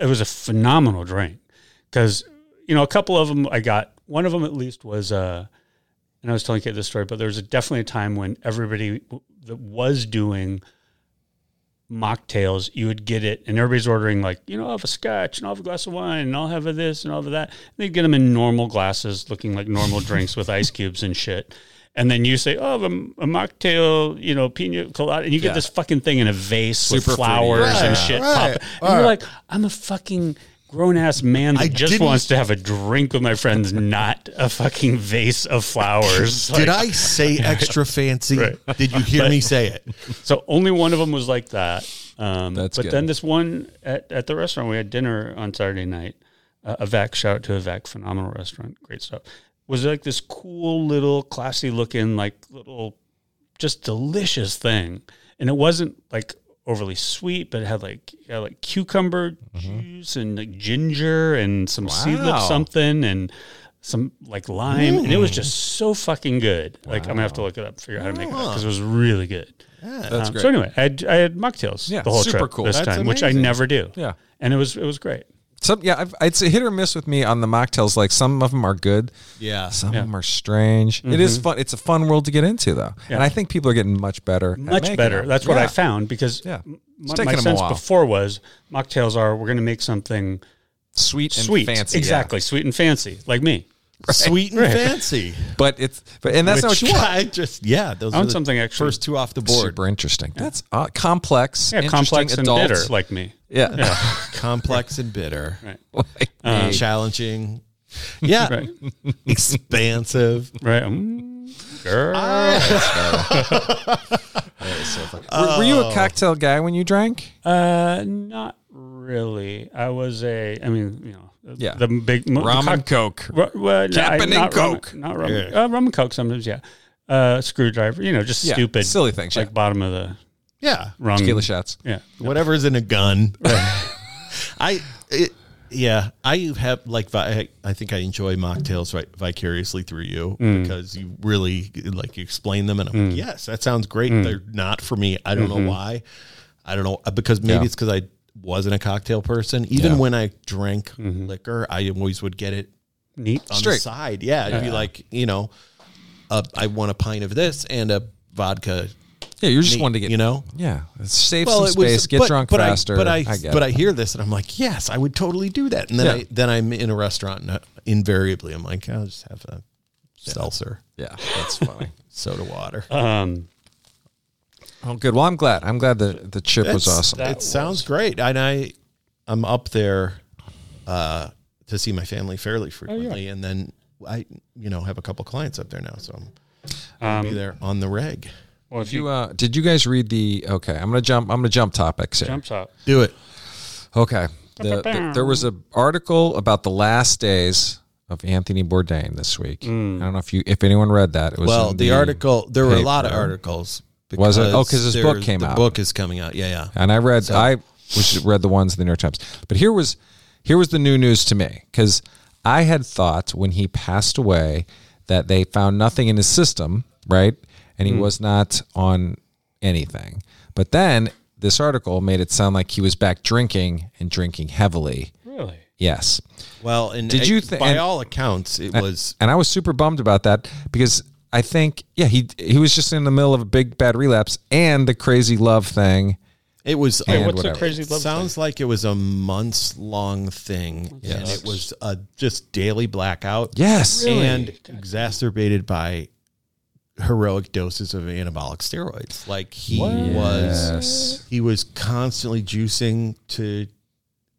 Speaker 1: it was a phenomenal drink because you know a couple of them I got one of them at least was uh, and I was telling Kate this story but there was definitely a time when everybody w- that was doing mocktails you would get it and everybody's ordering like you know I'll have a scotch and I'll have a glass of wine and I'll have a this and I'll have a that and they'd get them in normal glasses looking like normal drinks with ice cubes and shit and then you say, "Oh, a, a mocktail, you know, pina colada," and you get this fucking thing in a vase
Speaker 3: Super
Speaker 1: with
Speaker 3: fruity.
Speaker 1: flowers and
Speaker 2: Right,
Speaker 1: shit.
Speaker 2: right,
Speaker 1: pop. And you're like, "I'm a fucking grown ass man that
Speaker 2: I
Speaker 1: just
Speaker 2: didn't-
Speaker 1: wants to have a drink with my friends, not a fucking vase of flowers."
Speaker 2: did
Speaker 1: Like,
Speaker 2: I say extra fancy?
Speaker 1: Right.
Speaker 2: Did you hear me say it?
Speaker 1: So only one of them was like that. Um,
Speaker 3: That's
Speaker 1: but
Speaker 3: good.
Speaker 1: then this one at, at the restaurant we had dinner on Saturday night. Uh, Avac, shout out to Avac, phenomenal restaurant, great stuff. Was like this cool little classy looking like little just delicious thing, and it wasn't like overly sweet, but it had like it had like cucumber juice and like ginger and some seed lip
Speaker 3: Mm-hmm. Wow.
Speaker 1: something and some like lime, and it was just so fucking good. Like I'm gonna have to look it up, figure out how to make it because it was really good.
Speaker 3: Ah. That's
Speaker 1: Um,
Speaker 3: great.
Speaker 1: So anyway, I had, I had mocktails
Speaker 3: Yeah,
Speaker 1: the whole
Speaker 3: super
Speaker 1: trip
Speaker 3: cool.
Speaker 1: this
Speaker 3: That's
Speaker 1: time, which I never do.
Speaker 3: Yeah.
Speaker 1: and it was it was great.
Speaker 3: Some yeah, I've, it's a hit or miss with me on the mocktails. Like some of them are good,
Speaker 2: Yeah.
Speaker 3: some of them are strange. It is fun. It's a fun world to get into though, and I think people are getting much better. at
Speaker 1: Much
Speaker 3: making
Speaker 1: better.
Speaker 3: them.
Speaker 1: That's what I
Speaker 3: Yeah.
Speaker 1: found because
Speaker 3: Yeah.
Speaker 1: m-
Speaker 3: It's
Speaker 1: my,
Speaker 3: taken
Speaker 1: my
Speaker 3: them a
Speaker 1: sense
Speaker 3: while.
Speaker 1: before was mocktails are we're going to make something
Speaker 3: Sweet and
Speaker 1: sweet,
Speaker 3: fancy. yeah.
Speaker 1: exactly sweet and fancy, like me.
Speaker 2: Sweet and fancy.
Speaker 3: But it's but and that's not what you
Speaker 2: Which
Speaker 3: want.
Speaker 2: I just yeah, those
Speaker 1: I
Speaker 2: are
Speaker 1: want
Speaker 2: the
Speaker 1: something actually
Speaker 2: first two off the board.
Speaker 3: Super interesting. That's uh, complex.
Speaker 1: yeah,
Speaker 3: interesting
Speaker 1: complex and
Speaker 3: adults.
Speaker 1: bitter, like me.
Speaker 3: yeah.
Speaker 2: complex and bitter,
Speaker 3: Like me.
Speaker 2: challenging, yeah,
Speaker 1: Right,
Speaker 2: expansive.
Speaker 1: right. Mm. girl.
Speaker 3: Were, were you
Speaker 2: Oh.
Speaker 3: a cocktail guy when you drank?
Speaker 1: Uh, not really. I was a. I mean, you know,
Speaker 3: Yeah.
Speaker 1: the big mo- the
Speaker 3: Rum
Speaker 1: cock-
Speaker 3: and Coke.
Speaker 1: Ru- well, no, I-
Speaker 3: Cap'n and
Speaker 1: not rum-
Speaker 3: Coke.
Speaker 1: not rum,
Speaker 2: Yeah.
Speaker 1: uh, rum and coke. Sometimes, yeah. Uh, screwdriver, you know, just
Speaker 3: Yeah,
Speaker 1: stupid,
Speaker 3: silly things,
Speaker 1: like
Speaker 3: yeah.
Speaker 1: bottom of the
Speaker 2: yeah.
Speaker 1: rung.
Speaker 3: Tequila shots.
Speaker 1: Yeah,
Speaker 2: whatever's in a gun. I, it, yeah, I have like vi- I think I enjoy mocktails vi- vicariously through you
Speaker 3: Mm.
Speaker 2: because you really like you explain them, and I'm like, yes, that sounds great.
Speaker 3: Mm.
Speaker 2: They're not for me. I don't know why. I don't know uh, because maybe
Speaker 3: Mm-hmm. Yeah.
Speaker 2: it's because I wasn't a cocktail person. Even
Speaker 3: Yeah. Mm-hmm.
Speaker 2: when I drank liquor, I always would get it
Speaker 1: neat.
Speaker 2: on the
Speaker 3: Straight.
Speaker 2: side. Yeah, it'd be like you know, uh, I want a pint of this and a vodka.
Speaker 3: Yeah, you just
Speaker 2: neat,
Speaker 3: wanted to get
Speaker 2: you know
Speaker 3: Yeah, save
Speaker 2: well,
Speaker 3: some
Speaker 2: it was-
Speaker 3: space, get
Speaker 2: but-
Speaker 3: drunk
Speaker 2: but I-
Speaker 3: faster.
Speaker 2: but I,
Speaker 3: get
Speaker 2: but
Speaker 3: it.
Speaker 2: I hear this and I'm like, yes, I would totally do that. And then
Speaker 3: Yeah.
Speaker 2: I then I'm in a restaurant and uh, invariably I'm like, I'll just have a seltzer,
Speaker 3: yeah, that's funny.
Speaker 2: soda water.
Speaker 1: Um,
Speaker 3: oh, good. Well, I'm glad. I'm glad the the chip was
Speaker 2: It's-
Speaker 3: awesome.
Speaker 2: It sounds great. And I I'm up there uh, to see my family fairly frequently, and then I you know have a couple clients up there now, so I'm. I'll be there on the reg.
Speaker 1: well, if you
Speaker 3: you uh, did you guys read the? Okay, I'm gonna jump. I'm gonna jump topics here.
Speaker 1: jump up,
Speaker 2: Do it.
Speaker 3: Okay. The, the- there was an article about the last days of Anthony Bourdain this week. I don't know if you if anyone read that. It was
Speaker 2: Hmm. Well,
Speaker 3: in
Speaker 2: the article. There were a lot of
Speaker 3: paper.
Speaker 2: articles.
Speaker 3: Was it? Oh, 'cause his book
Speaker 2: there's-
Speaker 3: came
Speaker 2: the
Speaker 3: out.
Speaker 2: book is coming out. Yeah, yeah.
Speaker 3: And I read I which read the ones in the New York Times. But here was here was the new news to me because I had thought when he passed away that they found nothing in his system, right? And
Speaker 2: Hmm.
Speaker 3: he was not on anything. But then this article made it sound like he was back drinking and drinking heavily.
Speaker 1: really?
Speaker 3: Yes.
Speaker 2: Well, and
Speaker 3: Did
Speaker 2: it-
Speaker 3: you thi-
Speaker 2: by
Speaker 3: and- Uh,
Speaker 2: all accounts, it was
Speaker 3: and I was super bummed about that because I think yeah he he was just in the middle of a big bad relapse and the crazy love thing.
Speaker 2: it was. it
Speaker 3: Hey, And
Speaker 1: What's
Speaker 3: whatever.
Speaker 1: the crazy love?
Speaker 2: sounds like it was a months long thing, and it was a just daily blackout.
Speaker 3: Yes,
Speaker 2: and exacerbated by heroic doses of anabolic steroids. Like he was,
Speaker 3: yes,
Speaker 2: he was constantly juicing to,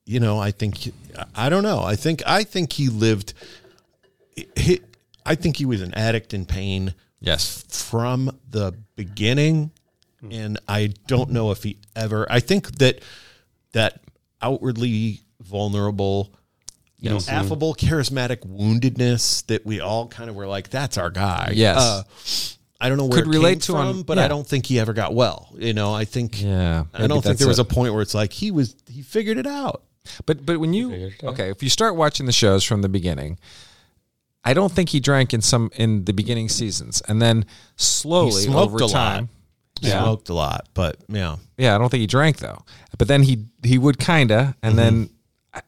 Speaker 2: you know. I think I don't know. I think I think he lived. He, I think he was an addict in pain.
Speaker 3: yes.
Speaker 2: from the beginning and i don't know if he ever i think that that outwardly vulnerable you know
Speaker 3: Mm-hmm.
Speaker 2: affable charismatic woundedness that we all kind of were like that's our guy Uh,
Speaker 3: Yes.
Speaker 2: i don't know where
Speaker 3: Could
Speaker 2: it
Speaker 3: relate
Speaker 2: came
Speaker 3: to
Speaker 2: from
Speaker 3: him,
Speaker 2: but
Speaker 3: yeah.
Speaker 2: i don't think he ever got well you know i think
Speaker 3: Yeah,
Speaker 2: i don't
Speaker 3: maybe
Speaker 2: think there
Speaker 3: that's
Speaker 2: was
Speaker 3: it.
Speaker 2: a point where it's like he was he figured it out
Speaker 3: But but when you okay, if you start watching the shows from the beginning, I don't think he drank in some in the beginning seasons, and then slowly
Speaker 2: smoked
Speaker 3: over
Speaker 2: a lot.
Speaker 3: time.
Speaker 2: he
Speaker 3: Yeah.
Speaker 2: smoked a lot but yeah
Speaker 3: Yeah, I don't think he drank though. But then he he would kinda, and then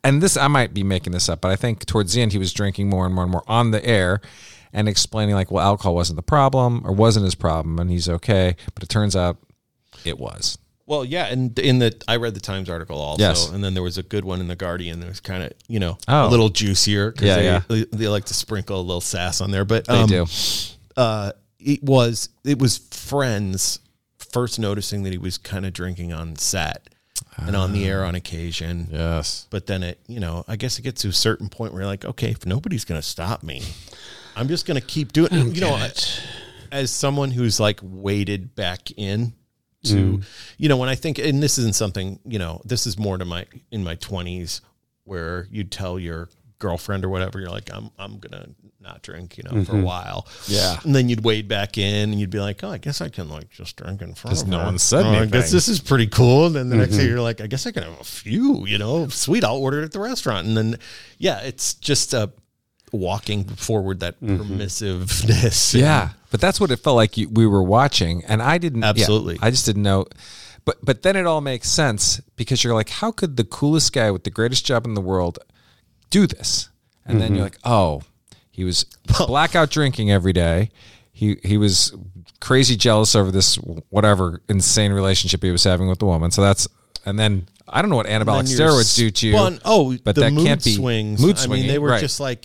Speaker 3: and this I might be making this up, but I think towards the end he was drinking more and more and more on the air, and explaining like, well, alcohol wasn't the problem or wasn't his problem, and he's okay. But it turns out it was.
Speaker 2: Well, yeah, and in the I read the Times article also,
Speaker 3: Yes.
Speaker 2: and then there was a good one in the Guardian that was kind of you know
Speaker 3: Oh.
Speaker 2: a little juicier because
Speaker 3: Yeah,
Speaker 2: they,
Speaker 3: yeah.
Speaker 2: They, they like to sprinkle a little sass on there, but
Speaker 3: They
Speaker 2: um,
Speaker 3: do.
Speaker 2: Uh, it was it was friends first noticing that he was kind of drinking on set and on the air on occasion.
Speaker 3: Ah. Yes.
Speaker 2: But then it, you know, I guess it gets to a certain point where you're like, okay, if nobody's going to stop me, I'm just going to keep doing it. You know, I- as someone who's like waded back in to,
Speaker 3: Mm.
Speaker 2: you know, when I think, and this isn't something, you know, this is more to my, in my 20s where you tell your girlfriend or whatever, you're like, I'm, I'm going to not drink, you know, for a while.
Speaker 3: Mm-hmm. Yeah.
Speaker 2: And then you'd wade back in and you'd be like, oh, I guess I can like just drink in front
Speaker 3: 'Cause
Speaker 2: of
Speaker 3: no
Speaker 2: her.
Speaker 3: one said
Speaker 2: Oh, I
Speaker 3: anything. Mm-hmm.
Speaker 2: guess this is pretty cool. And then the next day you're like, I guess I can have a few, you know, sweet. I'll order it at the restaurant. And then, yeah, it's just uh, walking forward that permissiveness.
Speaker 3: Mm-hmm. Yeah, but that's what it felt like you, we were watching, and I didn't yeah,
Speaker 2: Absolutely.
Speaker 3: I just didn't know. But but then it all makes sense because you're like, how could the coolest guy with the greatest job in the world do this? And then you're
Speaker 2: Mm-hmm.
Speaker 3: like, oh, he was blackout drinking every day. He he was crazy jealous over this whatever insane relationship he was having with the woman. So that's and then. I don't know what
Speaker 2: And then
Speaker 3: anabolic
Speaker 2: you're
Speaker 3: steroids do to you.
Speaker 2: spun- oh,
Speaker 3: but
Speaker 2: the
Speaker 3: that
Speaker 2: mood
Speaker 3: can't be
Speaker 2: swings.
Speaker 3: Mood
Speaker 2: I mean,
Speaker 3: swinging,
Speaker 2: they were
Speaker 3: right.
Speaker 2: just like